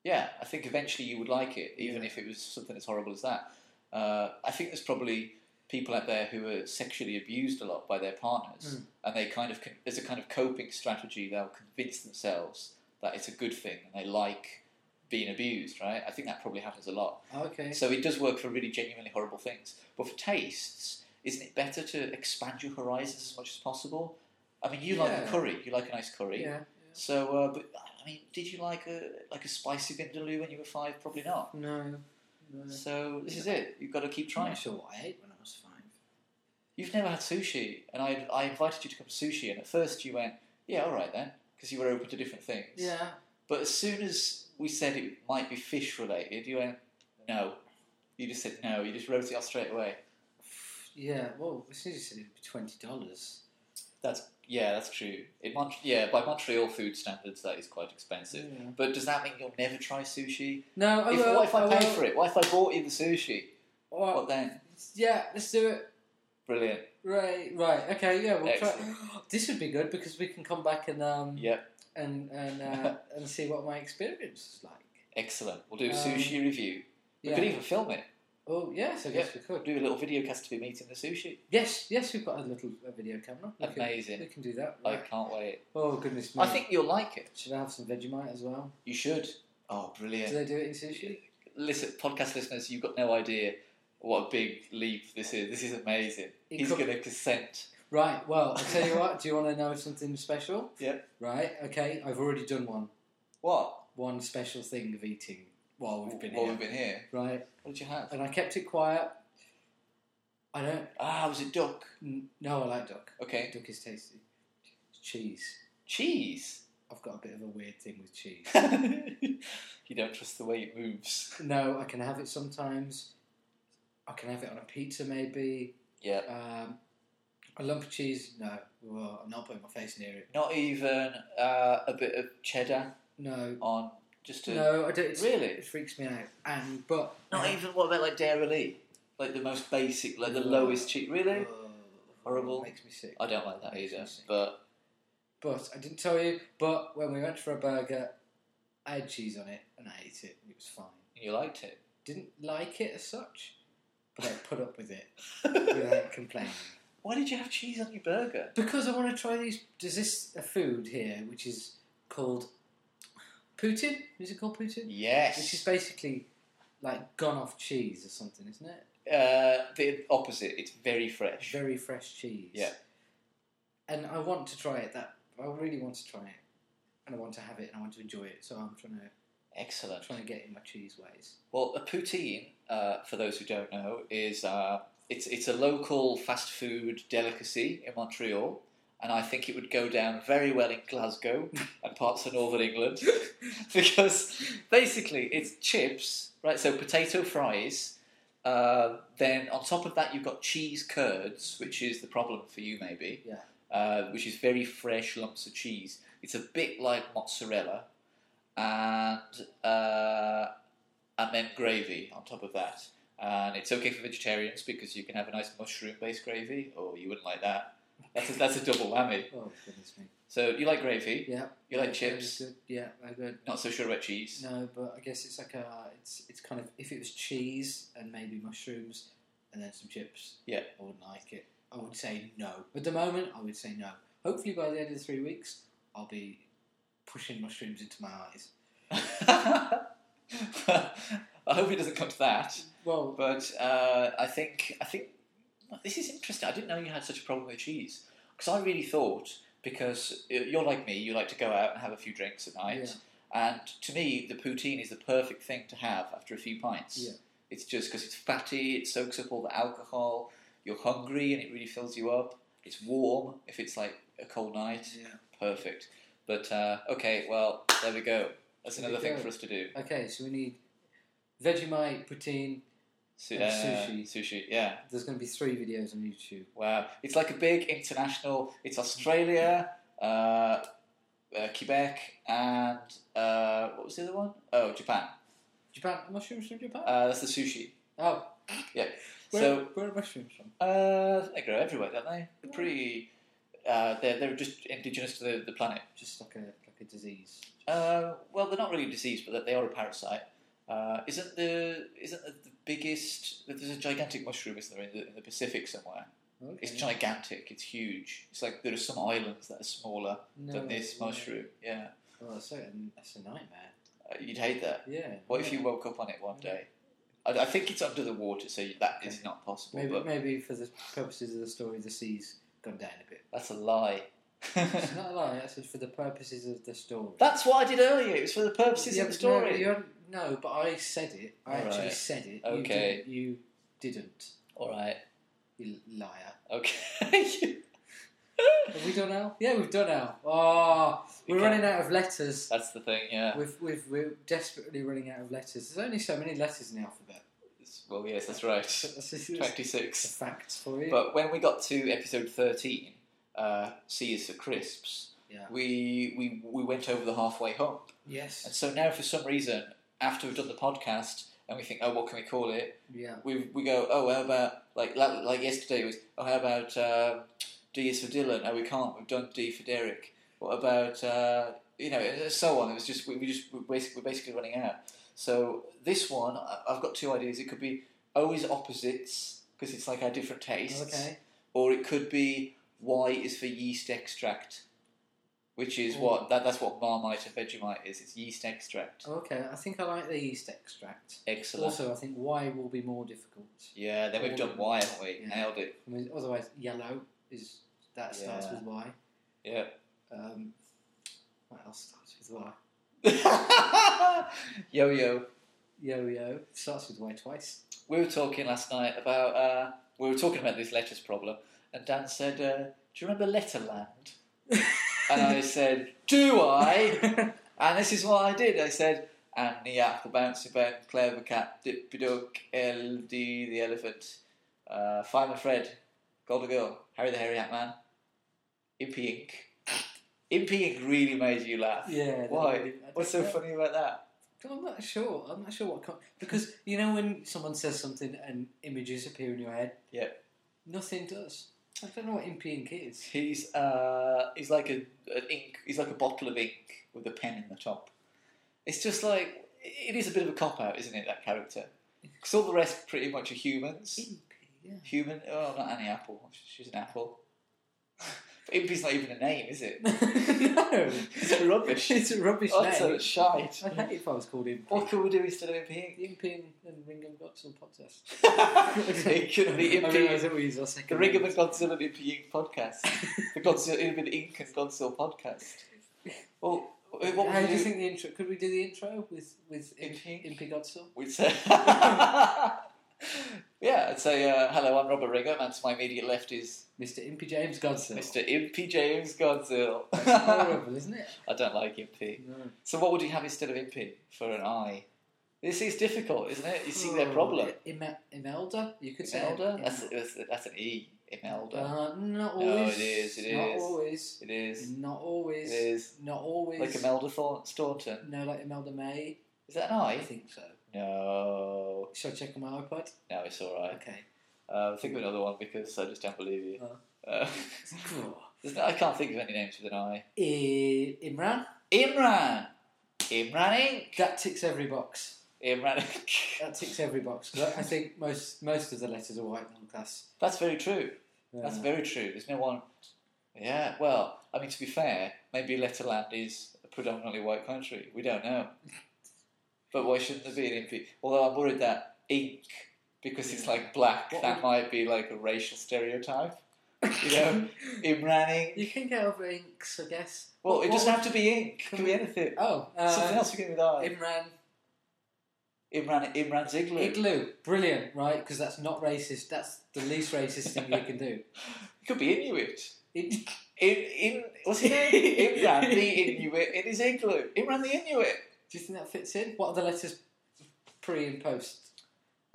A: yeah, I think eventually you would like it, even
B: Yeah.
A: if it was something as horrible as that. Uh, I think there's probably people out there who are sexually abused a lot by their partners, and they kind of con- there's a kind of coping strategy they'll convince themselves that it's a good thing and they like being abused, right? I think that probably happens a lot.
B: Oh, Okay.
A: So it does work for really genuinely horrible things. But for tastes, isn't it better to expand your horizons as much as possible? I mean, you like a
B: Yeah.
A: curry. You like a nice curry.
B: yeah.
A: So, uh, but I mean, did you like a like a spicy vindaloo when you were five? Probably not.
B: No. No.
A: So this is it. You've got to keep
B: I'm
A: trying.
B: not sure what I ate when I was five.
A: You've never had sushi, and I I invited you to come to sushi, and at first you went, yeah, all right then, because you were open to different things.
B: Yeah.
A: But as soon as we said it might be fish related, you went, no. You just said no. You just wrote it off straight away.
B: Yeah. Well, as soon as you said it'd be twenty dollars.
A: That's yeah, that's true. In Mont- yeah, by Montreal food standards, that is quite expensive.
B: Yeah.
A: But does that mean you'll never try sushi?
B: No. I
A: if,
B: will,
A: what if I,
B: I
A: paid
B: will. Uh,
A: for it? What if I bought you the sushi?
B: All right.
A: What then?
B: Yeah. Let's do it.
A: Brilliant.
B: Right, right, okay, yeah, we'll try.
A: Excellent.
B: This would be good because we can come back and um
A: Yep.
B: and and uh, and see what my experience is like.
A: Excellent. We'll do a
B: Um,
A: sushi review. We
B: Yeah.
A: could even film it.
B: oh yes, I guess we
A: We'll
B: could.
A: do a little video cast of you eating the sushi.
B: Yes, yes, we've got a little a video camera. We can,
A: Amazing.
B: we can do that.
A: I
B: right.
A: can't wait.
B: Oh goodness me!
A: I think you'll like it.
B: should I have some Vegemite as well?
A: You should. Oh,
B: Do
A: brilliant.
B: they do it in sushi?
A: Listen, podcast listeners, you've got no idea what a big leap this is. This is amazing.
B: It
A: He's
B: could-
A: going to consent.
B: Right. Well, I will tell you what. Do you want to know something special?
A: Yep.
B: Right. Okay. I've already done one
A: What?
B: one special thing of eating while we've been
A: While
B: here.
A: we've been here.
B: Right.
A: What did you have?
B: And I kept it quiet. I don't.
A: Ah, it was a duck.
B: n- No, I like duck.
A: Okay.
B: Duck is tasty. It's cheese.
A: Cheese.
B: I've got a bit of a weird thing with cheese.
A: you don't trust the way it moves.
B: no, I can have it sometimes. I can have it on a pizza, maybe.
A: Yeah.
B: Um, a lump of cheese? No. Well, I'm not putting my face near it.
A: Not even uh, a bit of cheddar
B: No.
A: on just a.
B: No, I don't. It's,
A: Really?
B: It freaks me out. And but
A: Not even. What about like Dairy Lee? Like the most basic, like the lowest cheese. Really?
B: Oh,
A: Horrible.
B: Makes me sick.
A: I don't like that
B: Makes me
A: either.
B: sick.
A: But
B: But I didn't tell you. But when we went for a burger, I had cheese on it and I ate it. and It was fine.
A: you liked it.
B: Didn't like it as such, but I put up with it without complaining.
A: Why did you have cheese on your burger?
B: Because I want to try these. There's this a food here which is called Putin. Is it called Putin? Which is
A: Yes.
B: basically like gone off cheese or something, isn't it?
A: Uh, the opposite. It's very fresh.
B: Very fresh cheese.
A: Yeah.
B: And I want to try it. That I really want to try it, and I want to have it, and I want to enjoy it. So I'm trying to
A: Excellent.
B: trying to get in my cheese ways.
A: Well, a poutine, uh, for those who don't know, is uh, it's it's a local fast food delicacy in Montreal, and I think it would go down very well in Glasgow and parts of northern England because basically it's chips, right? So potato fries. Uh, then on top of that, you've got cheese curds, which is the problem for you maybe.
B: Yeah.
A: Uh, which is very fresh lumps of cheese. It's a bit like mozzarella, and uh, and then gravy on top of that. And it's okay for vegetarians because you can have a nice mushroom-based gravy, or you wouldn't like that. That's a, that's a double whammy.
B: Oh goodness me.
A: So you like gravy?
B: Yeah.
A: You like
B: Yeah,
A: chips?
B: Good. Yeah, I good.
A: Not so sure about cheese.
B: No, but I guess it's like a, it's it's kind of if it was cheese and maybe mushrooms and then some chips.
A: Yeah.
B: I wouldn't like it. I would say no. At the moment, I would say no. Hopefully, by the end of the three weeks, I'll be pushing mushrooms into my eyes.
A: I hope it doesn't come to that.
B: Well,
A: But uh, I think I think this is interesting. I didn't know you had such a problem with cheese because I really thought because uh, you're like me, you like to go out and have a few drinks at night, and to me the poutine is the perfect thing to have after a few pints.
B: Yeah.
A: It's just because it's fatty, it soaks up all the alcohol. You're hungry and it really fills you up. It's warm if it's like a cold night.
B: yeah.
A: Perfect. But uh, okay, well, there we go. That's
B: There
A: another
B: we
A: thing
B: go.
A: for us to do.
B: Okay, so we need Vegemite, poutine.
A: Su-
B: And
A: uh,
B: sushi.
A: Sushi, yeah.
B: There's going to be three videos on YouTube.
A: Wow. It's like a big international. It's Australia, uh, uh, Quebec, and uh, what was the other one? Oh, Japan.
B: Japan mushrooms from Japan?
A: Uh, that's the sushi.
B: oh, where,
A: so
B: where are mushrooms from?
A: uh, they grow everywhere, don't they? They're pretty. Uh, they're, they're just indigenous to the, the planet.
B: Just like a like a disease.
A: Uh, well, they're not really diseased, but they are a parasite. Uh, isn't the isn't the, the biggest? There's a gigantic mushroom, isn't there, in the, in the Pacific somewhere?
B: Okay.
A: It's gigantic. It's huge. It's like there are some islands that are smaller
B: No,
A: than this
B: no.
A: mushroom. Yeah,
B: Well, that's a, that's a nightmare.
A: uh, you'd hate that.
B: Yeah.
A: What if you woke up on it one day? I, I think it's under the water, so that is not possible.
B: Maybe,
A: But
B: maybe for the purposes of the story, the sea's gone down a bit.
A: that's a lie.
B: It's not a lie. That's for the purposes of the story.
A: that's what I did earlier. It was for the purposes
B: Yeah,
A: of the
B: but no,
A: story.
B: you haven't- No, but I said it. I
A: All
B: actually
A: right.
B: said it.
A: Okay.
B: You didn't.
A: All right.
B: You, didn't, you liar.
A: Okay.
B: Have we done now? Yeah, we've done now. Oh,
A: We
B: we're
A: can- Uh,
B: running out of letters.
A: that's the thing. Yeah.
B: We've, we've, we're desperately running out of letters. There's only so many letters in the alphabet.
A: It's- Well, yes, that's right.
B: That's just that's the
A: 26.
B: facts for you.
A: But when we got to episode 13, uh, C is for crisps,
B: Yeah.
A: we, we, we went over the halfway hump. And
B: yes.
A: so now, for some reason, after we've done the podcast and we think, oh, what can we call it?
B: Yeah.
A: We, we go, oh, how about, like la- like yesterday was, oh, how about uh, D is for Dylan? Oh, we can't, we've done D for Derek. What about, uh, you know, and so on. It was just, we, we just, we're basically, we're basically running out. So this one, I- I've got two ideas. It could be always opposites, because it's like our different tastes
B: Okay.
A: or it could be Y is for yeast extract, which is
B: Ooh.
A: what that, that's what Marmite and Vegemite is. It's yeast extract.
B: Okay. I think I like the yeast extract.
A: Excellent.
B: Also, I think Y will be more difficult.
A: yeah, then we've done Y, haven't we?
B: Yeah.
A: Nailed it.
B: I mean, otherwise, yellow is that starts
A: Yeah.
B: with Y.
A: Yeah.
B: Um, what else starts with Y?
A: yo yo.
B: Yo yo starts with Y twice.
A: We were talking last night about uh, we were talking about this letters problem, and Dan said, uh, "Do you remember Letterland?" and I said, "Do I?" And this is what I did. I said, and the apple bouncy bent, clever cat, dippy duck, LD the elephant, uh, Fireman Fred, Golden Girl, Harry the Hairy Hat Man, Impy Ink. Impy Ink really made you laugh.
B: yeah. that-
A: Why?
B: I
A: What's so
B: don't know.
A: funny about that?
B: I'm not sure. I'm not sure what com- because you know when someone says something and images appear in your head.
A: Yeah.
B: Nothing does. I don't know what imping is.
A: He's uh, he's like a an ink. He's like a bottle of ink with a pen in the top. It's just like it is a bit of a cop out, isn't it? That character, because all the rest pretty much are humans.
B: Impy. Yeah.
A: Human? Oh, not Annie Apple. She's an apple. But Impy's not even a name, is it?
B: no.
A: It's rubbish.
B: It's a rubbish
A: Utter
B: name.
A: shite.
B: I'd hate if I was called imping.
A: What can we do instead of Impy?
B: The Imping and Ringham Godsell podcast.
A: it could be
B: I realise
A: Impy.
B: that we use our second
A: The Ring of the
B: name.
A: Godzilla and Impy Ink podcast. The Godzilla, Impy the Ink and Godzilla podcast. Well, what would
B: How
A: you
B: do you
A: do?
B: think the intro? Could we do the intro with with Imp-
A: Imping?
B: Impy Godsell?
A: We'd say. yeah, I'd say, uh, hello, I'm Robert Righam, and to my immediate left is
B: Mr. Impy James Godsell.
A: Mr. Impy James Godzilla.
B: It's horrible, isn't it?
A: I don't like Impy.
B: No.
A: So what would you have instead of impy for an eye? This is difficult, isn't it? You see their
B: Oh,
A: problem.
B: Ime- Imelda? You could say
A: Imelda?
B: Imelda.
A: That's, that's, that's an E. Imelda.
B: Uh, not
A: No,
B: always.
A: it is, it
B: not
A: is.
B: always.
A: It is.
B: Not
A: It
B: always.
A: is.
B: Not always.
A: Like Imelda Thorn- Staunton.
B: No, like Imelda May.
A: Is that an
B: I
A: eye?
B: think so.
A: No.
B: Should I check on my iPod?
A: No, it's alright.
B: Okay.
A: Uh, think of another one because I just don't believe you. Uh,
B: Cool.
A: there's no, I can't think of any names with an I.
B: I- Imran?
A: Imran! Imran Ink!
B: That ticks every box.
A: Imran Ink.
B: That ticks every box. 'cause I I think most most of the letters are white in class.
A: That's very true.
B: Uh,
A: That's very true. There's no one. Yeah, well, I mean, to be fair, maybe Letterland is a predominantly white country. We don't know. but why shouldn't there be an imp? Although I'm worried that ink, because it's like black,
B: What
A: that
B: would-
A: might be like a racial stereotype. You know, Imran ink.
B: You can get over inks, I guess.
A: Well, it
B: What-
A: doesn't
B: what-
A: have to be ink. It can be anything.
B: Oh, uh,
A: Something else we can with I.
B: Imran
A: Imran, Imran's igloo.
B: Igloo, brilliant, right? Because that's not racist. That's the least racist thing you can do.
A: It could be Inuit.
B: It,
A: In, in what's his name? Imran the Inuit in his igloo. Imran the Inuit.
B: Do you think that fits in? What are the letters pre and post?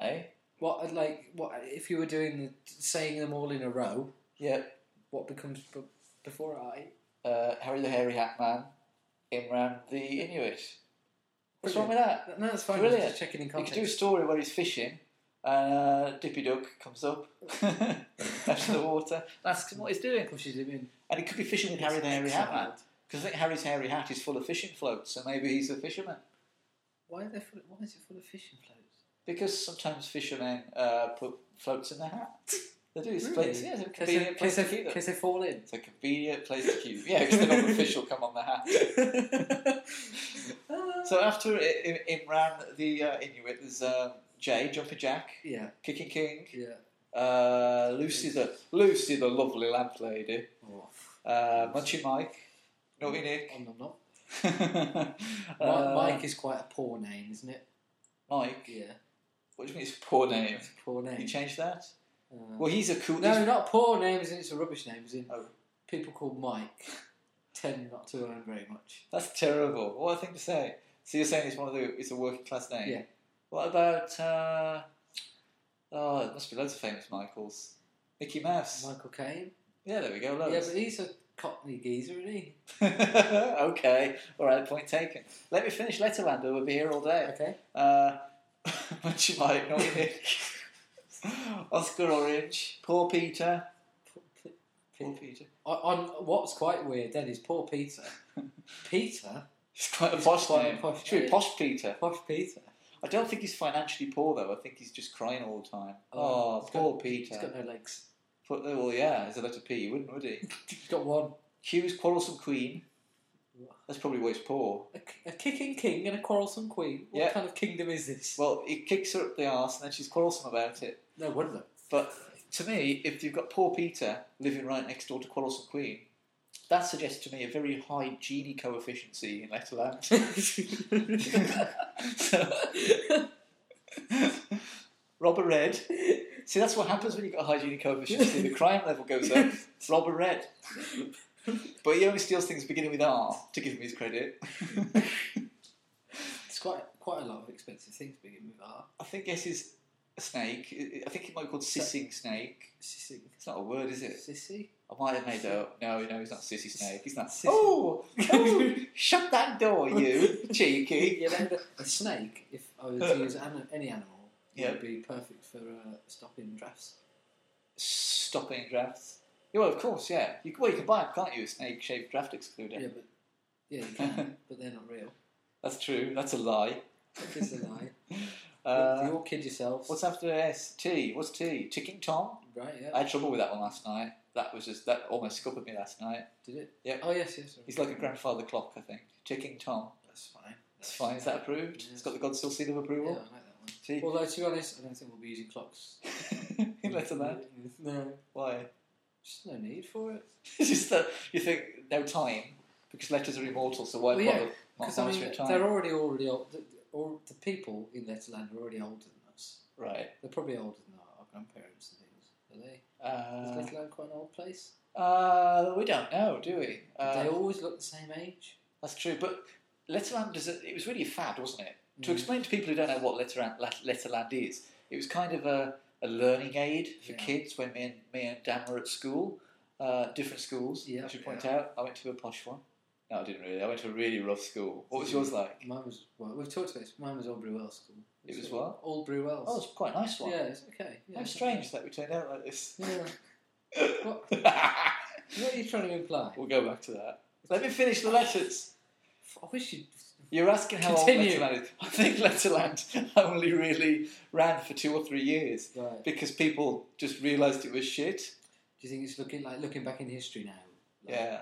A: Eh?
B: What are, like what if you were doing the, saying them all in a row?
A: Yeah.
B: What becomes b- before I?
A: Uh, Harry the Hairy Hat Man. Imran the Inuit. What's wrong with that?
B: No, it's fine. I was
A: Brilliant.
B: Just checking in
A: You could do a
B: context.
A: story where he's fishing and uh, Dippy Duck comes up out of the water and asks him what he's doing.
B: Pushes him in.
A: And he could be fishing with Harry the Hairy Hat Man. Because I think Harry's hairy hat is full of fishing floats, so maybe he's a fisherman.
B: Why are they full? Of, why is it full of fishing floats?
A: Because sometimes fishermen uh, put floats in their hat. They do. It's,
B: Really?
A: place, yeah, it's a
B: In case, they,
A: convenient place to keep them.
B: case they fall in.
A: It's a convenient place to keep them. Yeah, because then all the fish will come on the hat. So after I- I- Imran, the uh, Inuit, there's um, Jay, Jumper Jack,
B: yeah,
A: Kicking King,
B: yeah.
A: uh, Lucy the Lucy the lovely lamp lady,
B: Oh,
A: uh, Munchie Mike, Naughty Nick.
B: nom, nom, nom. Mi-
A: Uh,
B: Mike is quite a poor name, isn't it?
A: Mike.
B: Yeah,
A: What do you mean it's a poor name?
B: it's a poor
A: You
B: name.
A: changed that?
B: Uh,
A: Well, he's a cool.
B: No, not poor names. It's a rubbish name. As in,
A: Oh.
B: people called Mike tend not to earn very much.
A: That's terrible. What a thing to say. So you're saying it's one of the it's a working class name.
B: Yeah.
A: What about uh, oh there must be loads of famous Michaels. Mickey Mouse.
B: Michael Caine.
A: yeah, there we go,
B: Yeah,
A: loads.
B: but he's a Cockney geezer, isn't he?
A: okay. Alright, point taken. Let me finish Letterland, we'll be here all day.
B: Okay.
A: Uh much you might not Nick. Oscar Orange, Poor Peter. Poor Peter.
B: On, on what's quite weird then is poor Peter. Peter,
A: He's quite a
B: He's
A: posh
B: quite a
A: name.
B: posh
A: It's really
B: name.
A: posh Peter.
B: posh Peter.
A: I don't think he's financially poor though. I think he's just crying all the time.
B: Oh,
A: Oh,
B: he's got-
A: poor Peter.
B: He's got no legs.
A: Put the, uh, well, yeah, there's a letter P, you wouldn't, would he?
B: He's got one.
A: Hughes, quarrelsome queen. That's probably why he's poor.
B: A, a kicking king and a quarrelsome queen. What
A: Yeah.
B: kind of kingdom is this?
A: Well, he kicks her up the arse and then she's quarrelsome about it.
B: No wonder.
A: But to me, if you've got poor Peter living right next door to quarrelsome queen, that suggests to me a very high Gini coefficient in Letterland. so, Robert Red. See, that's what happens when you've got a high Gini coefficient. The crime level goes up. It's Robert Red. But he only steals things beginning with R to give him his credit.
B: It's quite quite a lot of expensive things to begin with. Ah,
A: I think guess is a snake. I- I think it might be called sissing snake.
B: sissy,
A: It's not a word, is it?
B: sissy.
A: I might have made that up. No, no, he's not sissy snake. He's not
B: Sissy.
A: sissy. Oh, oh, shut that door, you cheeky.
B: Yeah, but a snake. If I was to use an, any animal,
A: Yeah.
B: would be perfect for uh, stopping drafts.
A: Stopping drafts. Yeah, well, of course, yeah. You, well, you can buy them, can't you? A snake-shaped draft excluder.
B: Yeah, but yeah, you can, but they're not real.
A: That's true. That's a lie.
B: It's a lie.
A: Uh,
B: you all kid yourselves.
A: what's after S? T. What's T? Ticking Tom.
B: right? Yeah.
A: I had trouble with that one last night. That was just that almost scuppered me last night.
B: Did it?
A: Yeah.
B: Oh yes, yes.
A: He's like a grandfather clock, I think. Ticking Tom.
B: That's fine.
A: That's fine. Is that approved? It's got the Godzilla seal of
B: Yeah, I
A: approval.
B: like that
A: See,
B: one. Although to be honest, I don't think we'll be using clocks.
A: letter that.
B: No,
A: Why?
B: just no need for it.
A: It's just that you think no time because letters are immortal. So why
B: Well, yeah,
A: bother
B: Because I
A: monitoring
B: mean,
A: time?
B: they're already already old. The, or the people in Letterland are already older than us.
A: Right.
B: They're probably older than our, our grandparents and things. Are they?
A: Uh,
B: Is Letterland quite an old place?
A: uh, we don't know, do we?
B: they
A: Uh,
B: always look the same age.
A: that's true. But Letterland is a, it was really a fad, wasn't it? To
B: Mm.
A: explain to people who don't know what Letterland, Let- Letterland is, it was kind of a, a learning aid for
B: Yeah.
A: kids when me and me and Dan were at school, uh, different schools.
B: Yeah,
A: I should point out, I went to a posh one. No, I didn't really. I went to a really rough school. What was
B: Mm.
A: yours like?
B: Mine was well. We've talked about this. Mine was Albury Wells School.
A: It was
B: So-
A: what?
B: Albury Wells.
A: Oh, it's quite a nice one.
B: yeah, it's okay. Yeah,
A: How
B: it's
A: strange that we turned out like this.
B: okay. Yeah. What?
A: we'll
B: What are you trying to imply?
A: go back to that. Let me finish the letters.
B: I wish you.
A: You're asking how
B: Continue.
A: old Letterland is. I think Letterland only really ran for two or three years
B: Right. Do
A: because people just realised it was shit.
B: you think it's looking like looking back in history now? Like
A: Yeah,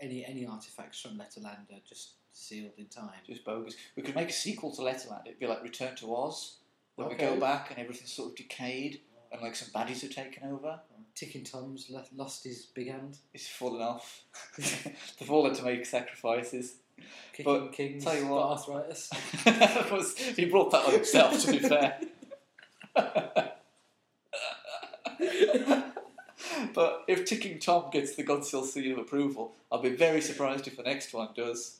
B: Any any artifacts from Letterland are just sealed in time.
A: just bogus. We could make a sequel to Letterland. It'd be like Return to Oz. Where we
B: Okay.
A: go back and everything's sort of decayed and like some baddies have taken over.
B: Ticking Tom's le- lost his big hand.
A: It's fallen off. They've all had to make sacrifices.
B: Kicking
A: But,
B: King's
A: tell you
B: got
A: what.
B: arthritis.
A: That was- he brought that on himself, to be fair. But if Ticking Tom gets the Godzilla seal of approval, I'll be very surprised if the next one does.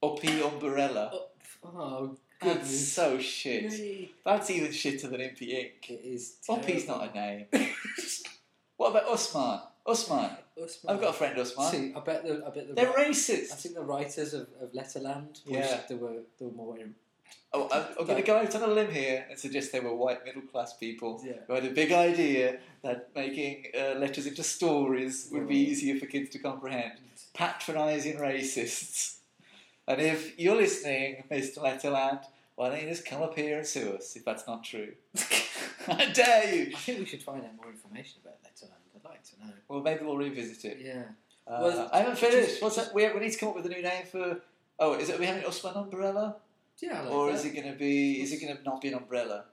A: Or P Umbrella.
B: Oh, oh
A: That's
B: goodness.
A: so shit.
B: me.
A: That's even shitter than Impy Ink.
B: It is.
A: Oppie's
B: terrible.
A: not a name. What about Usman? Usman.
B: Usman.
A: I've got a friend Usman.
B: See, I bet the I bet the
A: They're
B: wri- I
A: racist.
B: think the writers of, of Letterland wished
A: Yeah.
B: they were they were more in,
A: Oh, I'm, I'm going to go out on a limb here and suggest they were white middle class people
B: Yeah.
A: who had a big idea that making uh, letters into stories would be
B: Right.
A: easier for kids to comprehend. Patronising racists. And if you're listening, Mr. Letterland, why don't you just come up here and sue us if that's not true? I dare you!
B: I think we should find out more information about Letterland. I'd like to know.
A: Well, maybe we'll revisit it.
B: Yeah.
A: Uh,
B: Well,
A: I haven't
B: just-
A: finished. What's
B: just-
A: that? We, we need to come up with a new name for. Oh, is it? Are we having Usman Umbrella,
B: Yeah. I like
A: or
B: that.
A: is it going to be? Is it going to not be an umbrella?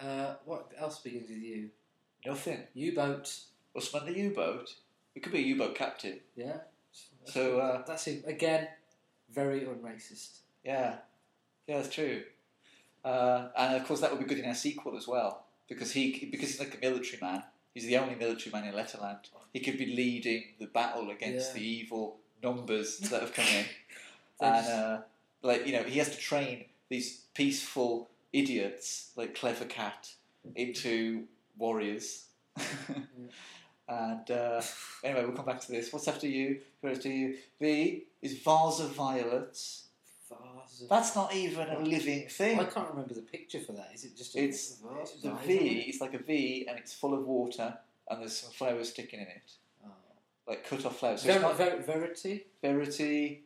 B: Uh, what else begins with U?
A: Nothing.
B: U boat.
A: Usman the U-boat. It could be a U-boat captain.
B: Yeah.
A: So, uh,
B: that's it. again very unracist.
A: Yeah, yeah, that's true. Uh, and of course, that would be good in our sequel as well because he because he's like a military man. He's the only military man in Letterland. He could be leading the battle against
B: Yeah.
A: the evil numbers that have come in.
B: They're
A: and
B: just-
A: uh, like you know he has to train these peaceful idiots like clever cat into warriors and uh, anyway we'll come back to this what's after you what's after you v is vase of violets
B: Vase of-
A: that's not even a living
B: I
A: thing
B: can't remember the picture for that. Is it just a
A: It's-
B: vase of
A: the
B: eyes on
A: v
B: it?
A: is like a v and it's full of water and there's some flowers sticking in it
B: Oh.
A: like cut off flowers so
B: Ver-
A: it's not
B: ver- verity,
A: verity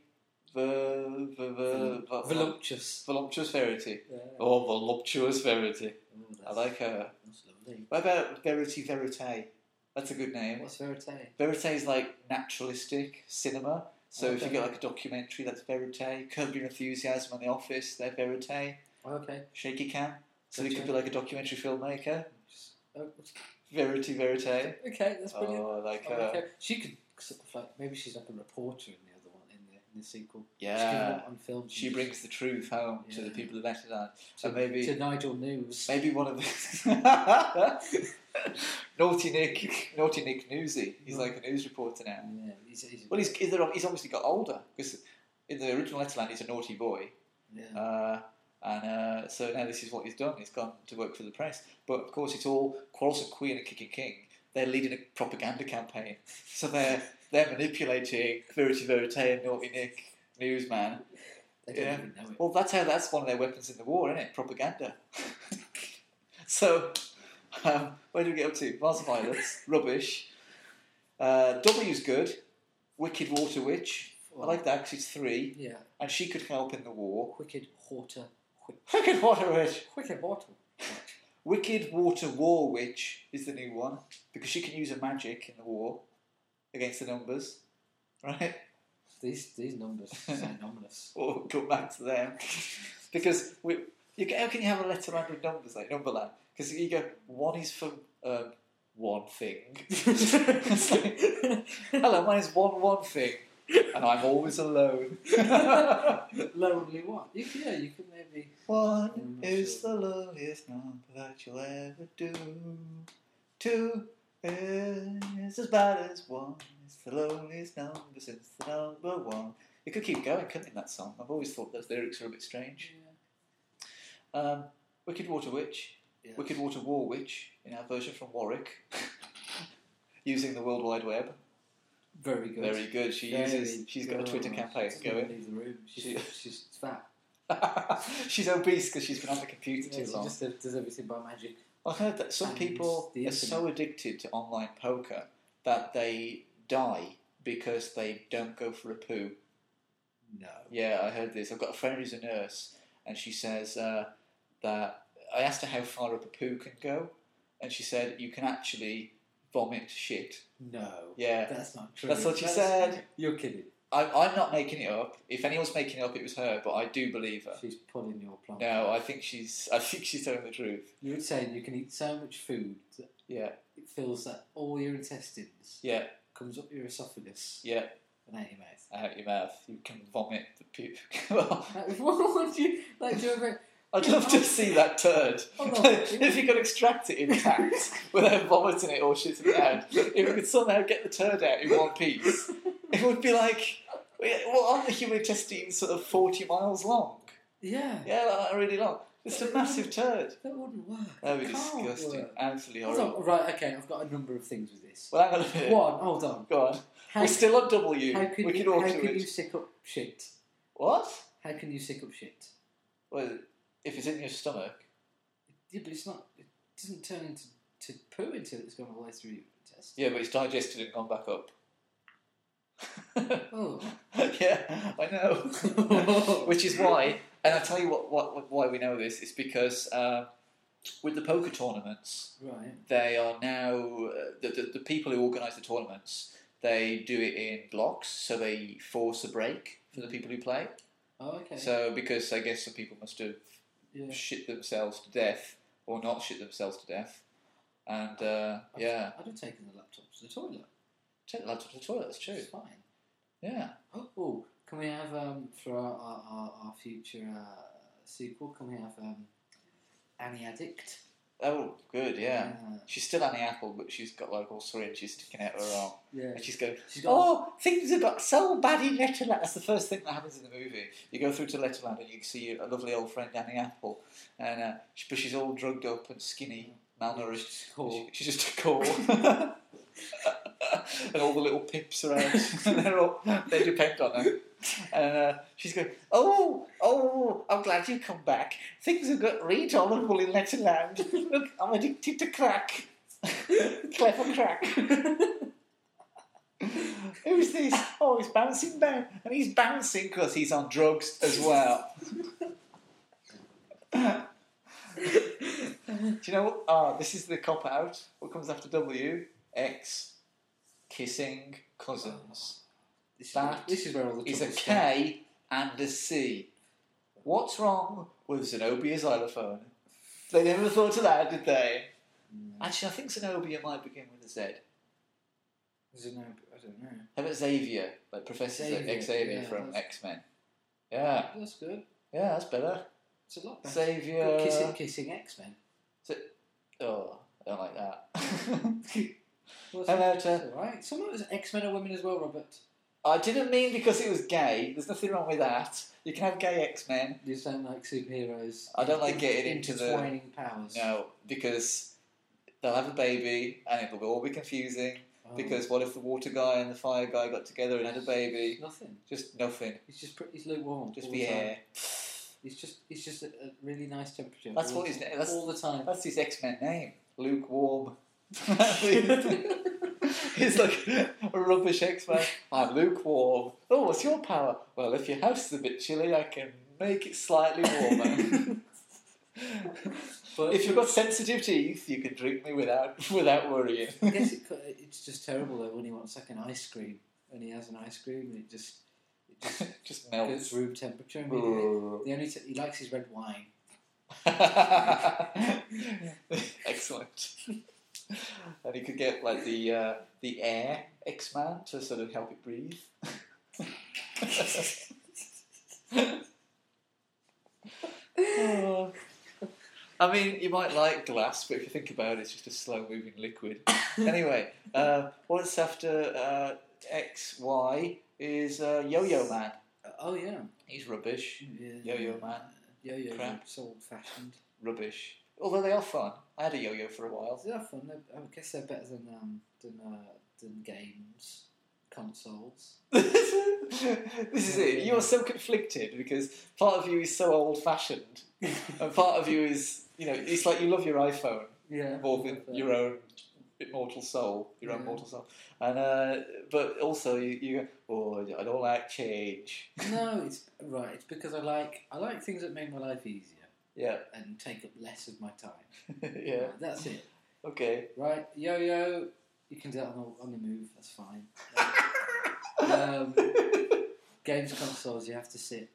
A: ver, ver, ver, ver,
B: voluptuous.
A: voluptuous verity
B: Yeah.
A: or voluptuous verity
B: Ooh,
A: Oh, I
B: that's-
A: like her.
B: That's lovely.
A: What about Verity Verite? That's a good name.
B: What's verite?
A: Verite is like naturalistic cinema. So if you
B: Okay.
A: get like a documentary, that's Verite. Curb Your Enthusiasm and The Office, they're Verite.
B: Oh, okay.
A: Shaky Cam. So they could
B: Gotcha.
A: be like a documentary filmmaker.
B: Oh,
A: Verity Verite.
B: okay, that's brilliant.
A: Oh, I like
B: Oh,
A: her.
B: okay. She could sort of like maybe she's like a reporter in the other one in the, in the sequel. She can
A: Yeah.
B: report on films.
A: She
B: and-
A: brings the truth home to the
B: Yeah.
A: people of Letterland.
B: to,
A: and maybe-
B: to Nigel News.
A: Maybe one of the. Naughty Nick. Naughty Nick Newsy. He's like a news reporter now.
B: Yeah, he's, he's,
A: Well, he's he's he's obviously got older because in the original Letterland he's a naughty boy,
B: yeah.
A: uh, and uh, so now this is what he's done. He's gone to work for the press, but of course it's all Quarrelsome Queen and Kicking King. They're leading a propaganda campaign, so they're they're manipulating Verity Verite and Naughty Nick Newsman.
B: they don't
A: yeah.
B: even know it.
A: Well, that's how that's one of their weapons in the war, isn't it? Propaganda. so, um, where do we get up to? Vase of violets, rubbish. Uh, W's good. Wicked Water Witch. I like that because it's three,
B: Yeah,
A: and she could help in the war.
B: wicked water,
A: Wicked Water Witch!
B: wicked water.
A: Wicked Water War Witch is the new one because she can use her magic in the war against the numbers, right?
B: These these numbers sound ominous.
A: Or we'll come back to them because we. You, get- how can you have a letter line with numbers like number line? Because you go one is for um, one thing. It's like, Hello, mine is one one thing, and I'm always alone.
B: Lonely one. You can, yeah, you could maybe.
A: One
B: I'm not
A: is
B: sure.
A: the loneliest number that you'll ever do. Two is as bad as one. It's the loneliest number since the number one. It could keep going, couldn't it, that song? I've always thought those lyrics are a bit strange. Um, Wicked Water Witch,
B: Yeah.
A: Wicked Water War Witch, in our version from Warwick, using the World Wide Web.
B: Very good.
A: Very good. She
B: Very
A: uses. She's got a Twitter
B: good.
A: campaign
B: She doesn't
A: going.
B: Leave the room. She's, she's fat.
A: she's obese because she's been on the computer
B: Yeah, she
A: too long.
B: just does, does everything by magic.
A: I heard that some
B: And
A: people
B: the
A: are so addicted to online poker that they die because they don't go for a poo.
B: No.
A: Yeah, I heard this. I've got a friend who's a nurse, and she says uh, that I asked her how far up a poo can go, and she said you can actually vomit shit.
B: No.
A: Yeah,
B: That's not true.
A: That's what she said.
B: You're kidding.
A: I, I'm not making it up. If anyone's making it up, it was her, but I do believe her.
B: She's pulling your plum.
A: No, I think she's. I think she's telling the truth.
B: You were saying you can eat so much food that
A: Yeah,
B: it fills that all your intestines,
A: yeah,
B: comes up your esophagus,
A: yeah.
B: and out your mouth.
A: Out your mouth, you can vomit the poo.
B: Like, what would you like? Do you ever
A: I'd love to see that turd.
B: Oh, no.
A: if you could extract it intact without vomiting it or shitting it out, if we could somehow get the turd out in one piece, it would be like, well, aren't the human intestines sort of 40 miles long?
B: Yeah,
A: Yeah, like, really long. It's a massive turd.
B: that wouldn't work.
A: That would
B: It
A: be
B: can't
A: disgusting.
B: work.
A: Absolutely
B: Hold
A: horrible.
B: on, Right, okay, I've got a number of things with this.
A: Well, hang on a minute.
B: One, hold on.
A: Go on.
B: How,
A: We're still on W.
B: how can
A: we
B: you,
A: can all
B: how
A: do
B: can
A: it.
B: you sick up shit?
A: What?
B: How can you sick up shit?
A: Well, if it's in your stomach.
B: Yeah, but it's not. It doesn't turn into to poo until it's gone all the way through your intestine.
A: Yeah, but it's digested and gone back up.
B: Oh,
A: yeah, I know. Which is why, and I'll tell you what, what why we know this is because uh, with the poker tournaments,
B: right.
A: they are now uh, the, the, the people who organise the tournaments. They do it in blocks, so they force a break for the people who play.
B: Oh, okay.
A: So, because I guess some people must have
B: yeah.
A: shit themselves to death, or not shit themselves to death, and uh,
B: I'd-
A: yeah,
B: I'd have taken the laptop to the toilet.
A: take the laptop to the toilet. That's true.
B: It's fine.
A: Yeah.
B: Oh, oh, can we have um, for our, our, our, our future uh, sequel? Can we have um, Annie Addict?
A: Oh, good. Yeah.
B: Uh,
A: She's still on the apple, but she's got like all syringes sticking out her arm.
B: yeah.
A: And she's going,
B: She's got.
A: Oh, things have got so bad in Letterland. That's the first thing that happens in the movie. You go through to Letterland and you see a lovely old friend, Annie Apple, and uh, she, but she's all drugged up and skinny, malnourished.
B: She's cool.
A: She- she's just a core. and all the little pips around, and they're all, they depend on her. And uh, she's going, Oh, oh, I'm glad you've come back. Things have got really tolerable in Letterland. Look, I'm addicted to crack. Clever crack. Who's this? Oh, he's bouncing down. And he's bouncing because he's on drugs as well. Do you know what? Ah, this is the cop out. What comes after W? X. Kissing cousins.
B: This is,
A: that
B: this is where all the
A: Is a
B: trouble starts.
A: K and a C. What's wrong with Zenobia xylophone? They never thought of that, did they? Actually, I think Zenobia might begin with a Z.
B: Is it no- I don't know.
A: How about Xavier? Like Professor Xavier,
B: Xavier, yeah,
A: from
B: that's-
A: X Men. Yeah,
B: That's good.
A: yeah, that's better.
B: It's a lot better.
A: Xavier.
B: Kissing, kissing X Men.
A: Oh, I don't like that. Hello, Ted.
B: Right. Someone was X Men are women as well, Robert.
A: I didn't mean because it was gay. There's nothing wrong with that. You can have gay X Men.
B: You just don't like superheroes.
A: I don't like getting into the-
B: intertwining powers.
A: No, because they'll have a baby and it'll all be confusing.
B: Oh,
A: Because what if the water guy and the fire guy got together and had a baby?
B: nothing.
A: Just nothing.
B: He's just pretty, he's lukewarm.
A: Just
B: all
A: the
B: the time.
A: air.
B: He's just he's just at a really nice temperature.
A: That's
B: all
A: what
B: the
A: his
B: time-
A: name- that's-
B: all the time.
A: That's his X Men name. Lukewarm. He's like a rubbish X Man. I'm lukewarm. Oh, what's your power? Well, if your house is a bit chilly, I can make it slightly warmer.
B: but
A: if you've got sensitive teeth, you can drink me without without worrying.
B: I guess it, could- it's just terrible though when he wants like an ice cream and he has an ice cream and it just it just
A: Just
B: goes
A: melts.
B: room temperature. immediately. the only t- he likes his red wine.
A: Excellent. and he could get like the uh, the air X Man to sort of help it breathe.
B: Uh,
A: Oh. I mean, you might like glass, but if you think about it, it's just a slow moving liquid. anyway, uh, what's after uh, X Y is uh, Yo Yo Man.
B: Oh yeah,
A: He's rubbish.
B: yeah.
A: Yo-Yo man.
B: Yo-yo
A: Crap.
B: man's old fashioned.
A: Rubbish. Although they are fun. I had a yo yo for a while.
B: They're fun. They're, I guess they're better than um, than uh, than games consoles.
A: this is it. You're so conflicted because part of you is so old fashioned, and part of you is, you know, it's like you love your iPhone
B: Yeah,
A: more than your own immortal soul, your own
B: Yeah.
A: mortal soul. And uh, but also you, you go, oh, I don't like change.
B: No, it's right. It's because I like I like things that make my life easier
A: Yeah,
B: and take up less of my time.
A: yeah.
B: that's it.
A: Okay.
B: Right, yo yo, you can do it on the, on the move. That's fine. um, games consoles, you have to sit.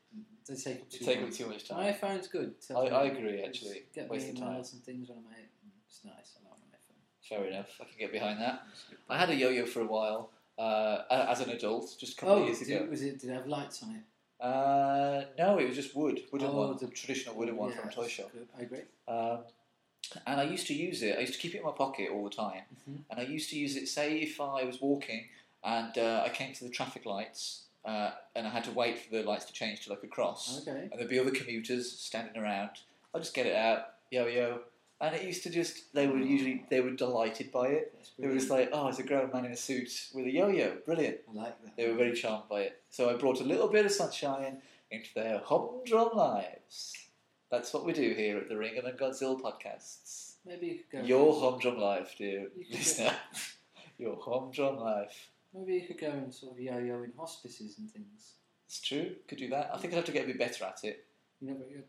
B: They take up
A: You
B: too
A: take up
B: much.
A: too much
B: My
A: time.
B: iPhone's good. It
A: I,
B: tells me-
A: I agree. Actually,
B: Get me
A: waste of time.
B: emails and things when I'm out. and It's nice. I like my iPhone.
A: Fair enough. I can get behind that. I had a yo-yo for a while uh, as an adult, just a couple of
B: Oh,
A: years
B: did,
A: ago.
B: was it? Did it have lights on it?
A: Uh, Uh, no, it was just wood, wooden
B: Oh,
A: one,
B: the-
A: the traditional wooden one from a
B: Yeah,
A: toy
B: it's
A: shop.
B: good. I agree.
A: Um, and I used to use it. I used to keep it in my pocket all the time.
B: Mhm.
A: And I used to use it. Say if I was walking and uh, I came to the traffic lights uh, and I had to wait for the lights to change till I could cross,
B: Okay.
A: and there'd be other commuters standing around. I'd just get it out, yo yo. And it used to just, they were usually, they were delighted by it.
B: That's
A: It was
B: brilliant.
A: like, oh, it's a grown man in a suit with a yo-yo. Brilliant.
B: I like that.
A: They were very charmed by it. So I brought a little bit of sunshine into their humdrum lives. That's what we do here at the Ring and Godzilla podcasts.
B: Maybe you could go.
A: Your humdrum life, dear
B: You can
A: listener. Your humdrum life.
B: Maybe you could go and sort of yo-yo in hospices and things.
A: It's true. Could do that. I think I'd have to get a bit better at it.
B: You know, but you're,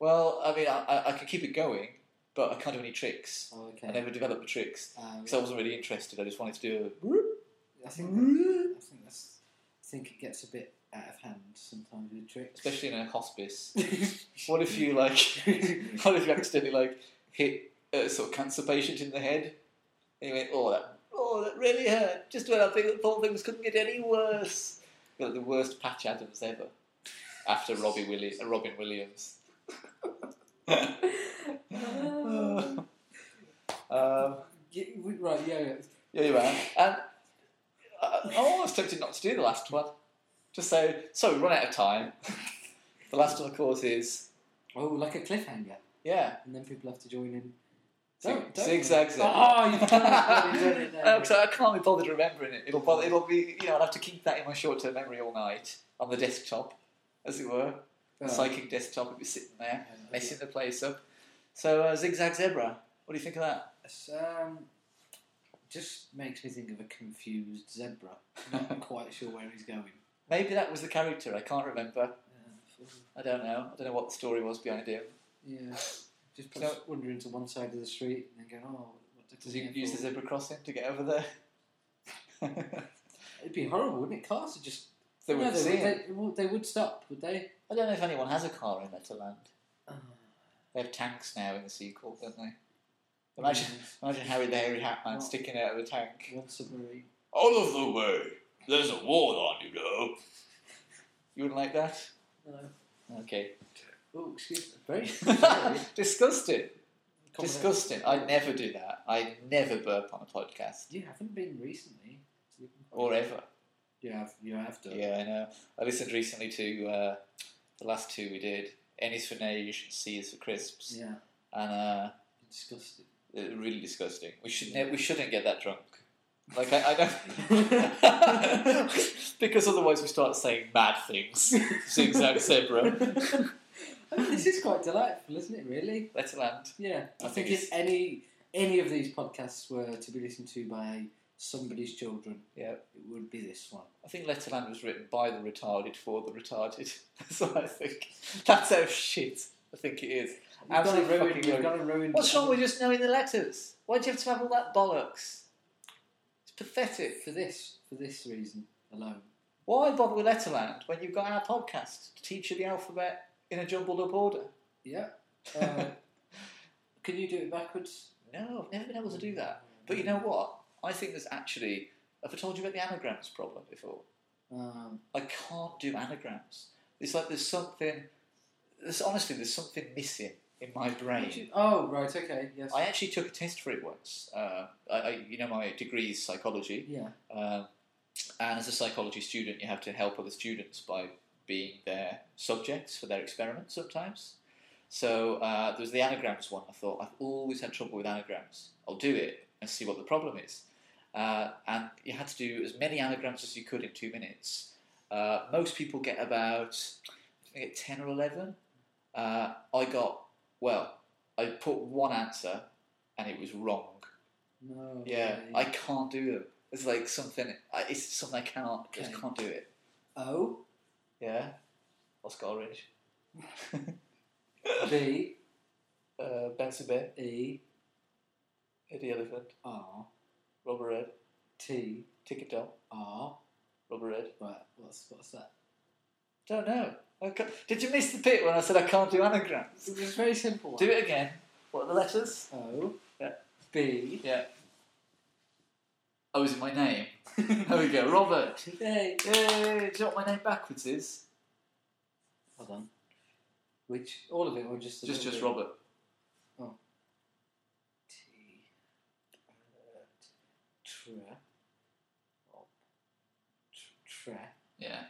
A: Well, I mean, I, I, I can keep it going, but I can't do any tricks.
B: oh, okay.
A: I never developed the tricks
B: Um,
A: because I wasn't really interested. I just wanted to do a.
B: I think that, I think that's. I think it gets a bit out of hand sometimes with tricks.
A: Especially in a hospice. What if you like? What if you accidentally like hit a sort of cancer patient in the head? And you went, oh, that, oh, that really hurt. Just when I think thought things couldn't get any worse. You're like the worst Patch Adams ever. After Robbie Willi- uh, Robin Williams.
B: Oh.
A: um,
B: Yeah, we- right, yeah, yeah.
A: yeah, you are. And uh, I, I'm almost tempted not to do the last one. Just say, so we run out of time. the last one, of course, is
B: Oh, like a cliffhanger,
A: yeah,
B: and then people have to join in.
A: Zig- zigzag zag.
B: Oh, you've done it, you've done it there.
A: Oh, 'cause I can't be bothered remembering it. It'll bother, it'll be you know I'll have to keep that in my short-term memory all night on the desktop, as it were, the
B: Oh.
A: psychic desktop. It'll be sitting there
B: Yeah,
A: messing the place up. So uh, zigzag zebra. What do you think of that?
B: It's, um, just makes me think of a confused zebra. Not quite sure where he's going.
A: Maybe that was the character. I can't remember.
B: Uh,
A: I don't know. I don't know what the story was behind him.
B: yeah, just puts,
A: So-
B: wandering to one side of the street and then going, "Oh, what did
A: Does he
B: it
A: use the
B: for?"
A: zebra crossing to get over there?
B: It'd be horrible, wouldn't it? Cars would just
A: they
B: no,
A: wouldn't
B: they,
A: see him.
B: they, well, they would stop, would they?
A: I don't know if anyone has a car in Letterland.
B: Oh,
A: They have tanks now in the sequel, don't they? Imagine, imagine Harry the Hairy Hat Man
B: What?
A: sticking out of a tank.
B: one submarine.
A: Out of the way. There's a war on, you know. You wouldn't like that?
B: No.
A: Okay.
B: Oh, excuse me. Very
A: Disgusting.
B: Disgust.
A: Disgusting. I'd never do that. I never burp on a podcast.
B: You haven't been recently. You-
A: Or ever.
B: You have. You have done.
A: Yeah, I know. I listened recently to uh, the last two we did. N is for Nage, C is for Crisps.
B: Yeah.
A: And uh,
B: Disgusted.
A: they're really disgusting. We, should ne- we shouldn't get that drunk. Like, I, I don't... because otherwise we start saying mad things. Zigzag Zebra.
B: I mean, this is quite delightful, isn't it? Really.
A: Letterland.
B: Yeah. I,
A: I
B: think,
A: think
B: if any any of these podcasts were to be listened to by somebody's children,
A: Yeah.
B: it would be this one.
A: I think Letterland was written by the retarded for the retarded. That's what I think. That's how shit I think it is.
B: We've
A: Absolutely
B: gotta ruin-
A: fucking ruined.
B: we've gotta ruin-
A: What's wrong with just knowing the letters? Why do you have to have all that bollocks? It's pathetic.
B: for this? For this reason alone.
A: Why bother with Letterland when you've got our podcast to teach you the alphabet in a jumbled up order?
B: Yeah. Uh, can you do it backwards?
A: No, I've never been able to do that. But you know what? I think there's actually. Have I told you about the anagrams problem before?
B: Um,
A: I can't do anagrams. It's like there's something. There's honestly there's something missing in my brain.
B: oh right, okay, yes.
A: I actually took a test for it once. Uh, I, I, you know, my degree is psychology,
B: yeah.
A: um, and as a psychology student, you have to help other students by being their subjects for their experiments sometimes. So uh, there was the anagrams one. I thought I've always had trouble with anagrams. I'll do it and see what the problem is. Uh, and you had to do as many anagrams as you could in two minutes. Uh, most people get about I think, ten or eleven. Uh, I got well. I put one answer, and it was wrong.
B: No.
A: Yeah,
B: way.
A: I can't do them. It's like something. I- It's something I cannot. I
B: Okay.
A: just can't do it.
B: O
A: Yeah. Oscar Orange.
B: B
A: uh, Benson Bear.
B: E
A: Eddie Elephant.
B: R
A: Rubber Red.
B: T
A: Ticket Doll.
B: R.
A: Rubber Red.
B: Right. What's what's that?
A: Don't know. I ca- Did you miss the bit when I said I can't do anagrams?
B: It's a very simple. One.
A: Do it again. What are the letters?
B: O
A: Yeah.
B: B. E,
A: Yeah. Oh, is it my name? There we go. Robert.
B: Yay.
A: Yay. Do you know what my name backwards is?
B: Hold on. Which all of it or just a
A: Just
B: little
A: just
B: bit?
A: Robert.
B: T. Tre. Op. Tre.
A: Yeah.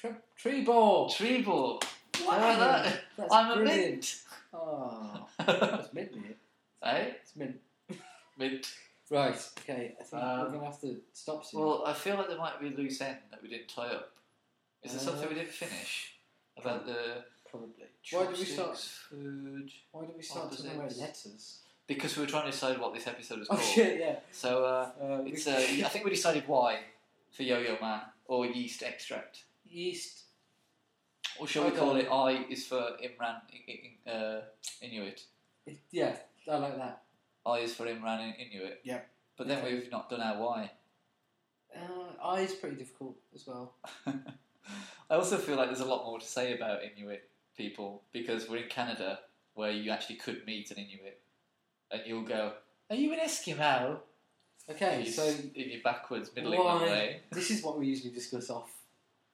B: Tre. Tree ball.
A: Treble. Wow,
B: Ah,
A: that,
B: that's
A: I'm a
B: brilliant.
A: mint.
B: Oh, that's mint, mate.
A: hey,
B: It's mint.
A: mint.
B: Right. Okay. I think we're
A: Um,
B: gonna have to stop soon.
A: Well, I feel like there might be a loose end that we didn't tie up. Is there
B: Uh,
A: something we didn't finish about the
B: probably. Why did we start?
A: chopsticks, food?
B: Why did we start talking about
A: Opposites.
B: letters?
A: Because we were trying to decide what this episode was
B: Oh
A: called.
B: shit! Yeah.
A: So uh,
B: Uh,
A: it's
B: we-
A: uh, I think we decided why for Yo-Yo Man or yeast extract,
B: yeast.
A: or shall we call it I is for Imran I- I- uh, Inuit.
B: It- Yeah, I like that.
A: I is for Imran in- Inuit.
B: Yep.
A: But then
B: Okay.
A: we've not done our why.
B: Uh, I is pretty difficult as well.
A: I also feel like there's a lot more to say about Inuit people because we're in Canada where you actually could meet an Inuit and you'll go, Are you an Eskimo?
B: Okay,
A: If
B: so
A: you- if you're backwards, middling
B: Why?
A: one way.
B: this is what we usually discuss off.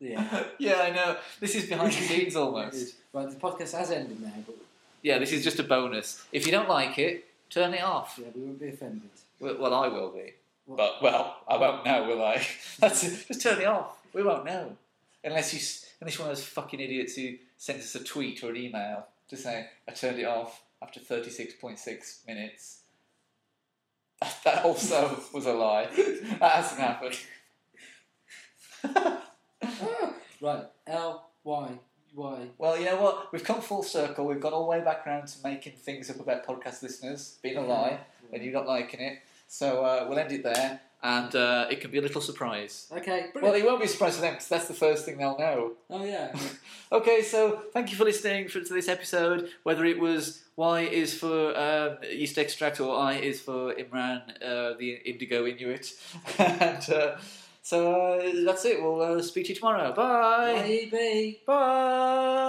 B: Yeah.
A: yeah, I know. This is behind the scenes almost.
B: Right, the podcast has ended now, but
A: Yeah, this is just a bonus. If you don't like it, turn it off.
B: yeah, we won't be offended.
A: Well, well I will be.
B: What?
A: But, well, I won't know, will I? That's it. Just turn it off. We won't know. Unless, you, s- unless you're one of those fucking idiots who sends us a tweet or an email to say, I turned it off after 36.6 minutes. That also was a lie. That hasn't happened.
B: Ah, right, L Y Y.
A: Well, you know what? We've come full circle. We've gone all the way back around to making things up about podcast listeners being a lie, and you not liking it. So uh, we'll end it there, and uh, it can be a little surprise.
B: Okay,
A: Well,
B: brilliant.
A: it won't be a surprise to them 'cause that's the first thing they'll know.
B: oh yeah.
A: Okay, so thank you for listening for, to this episode. Whether it was Y is for um, yeast extract or I is for Imran, uh, the Indigo Inuit. and uh,
B: E,
A: so uh, that's it. We'll uh, speak to you tomorrow. Bye.
B: Maybe.
A: Bye.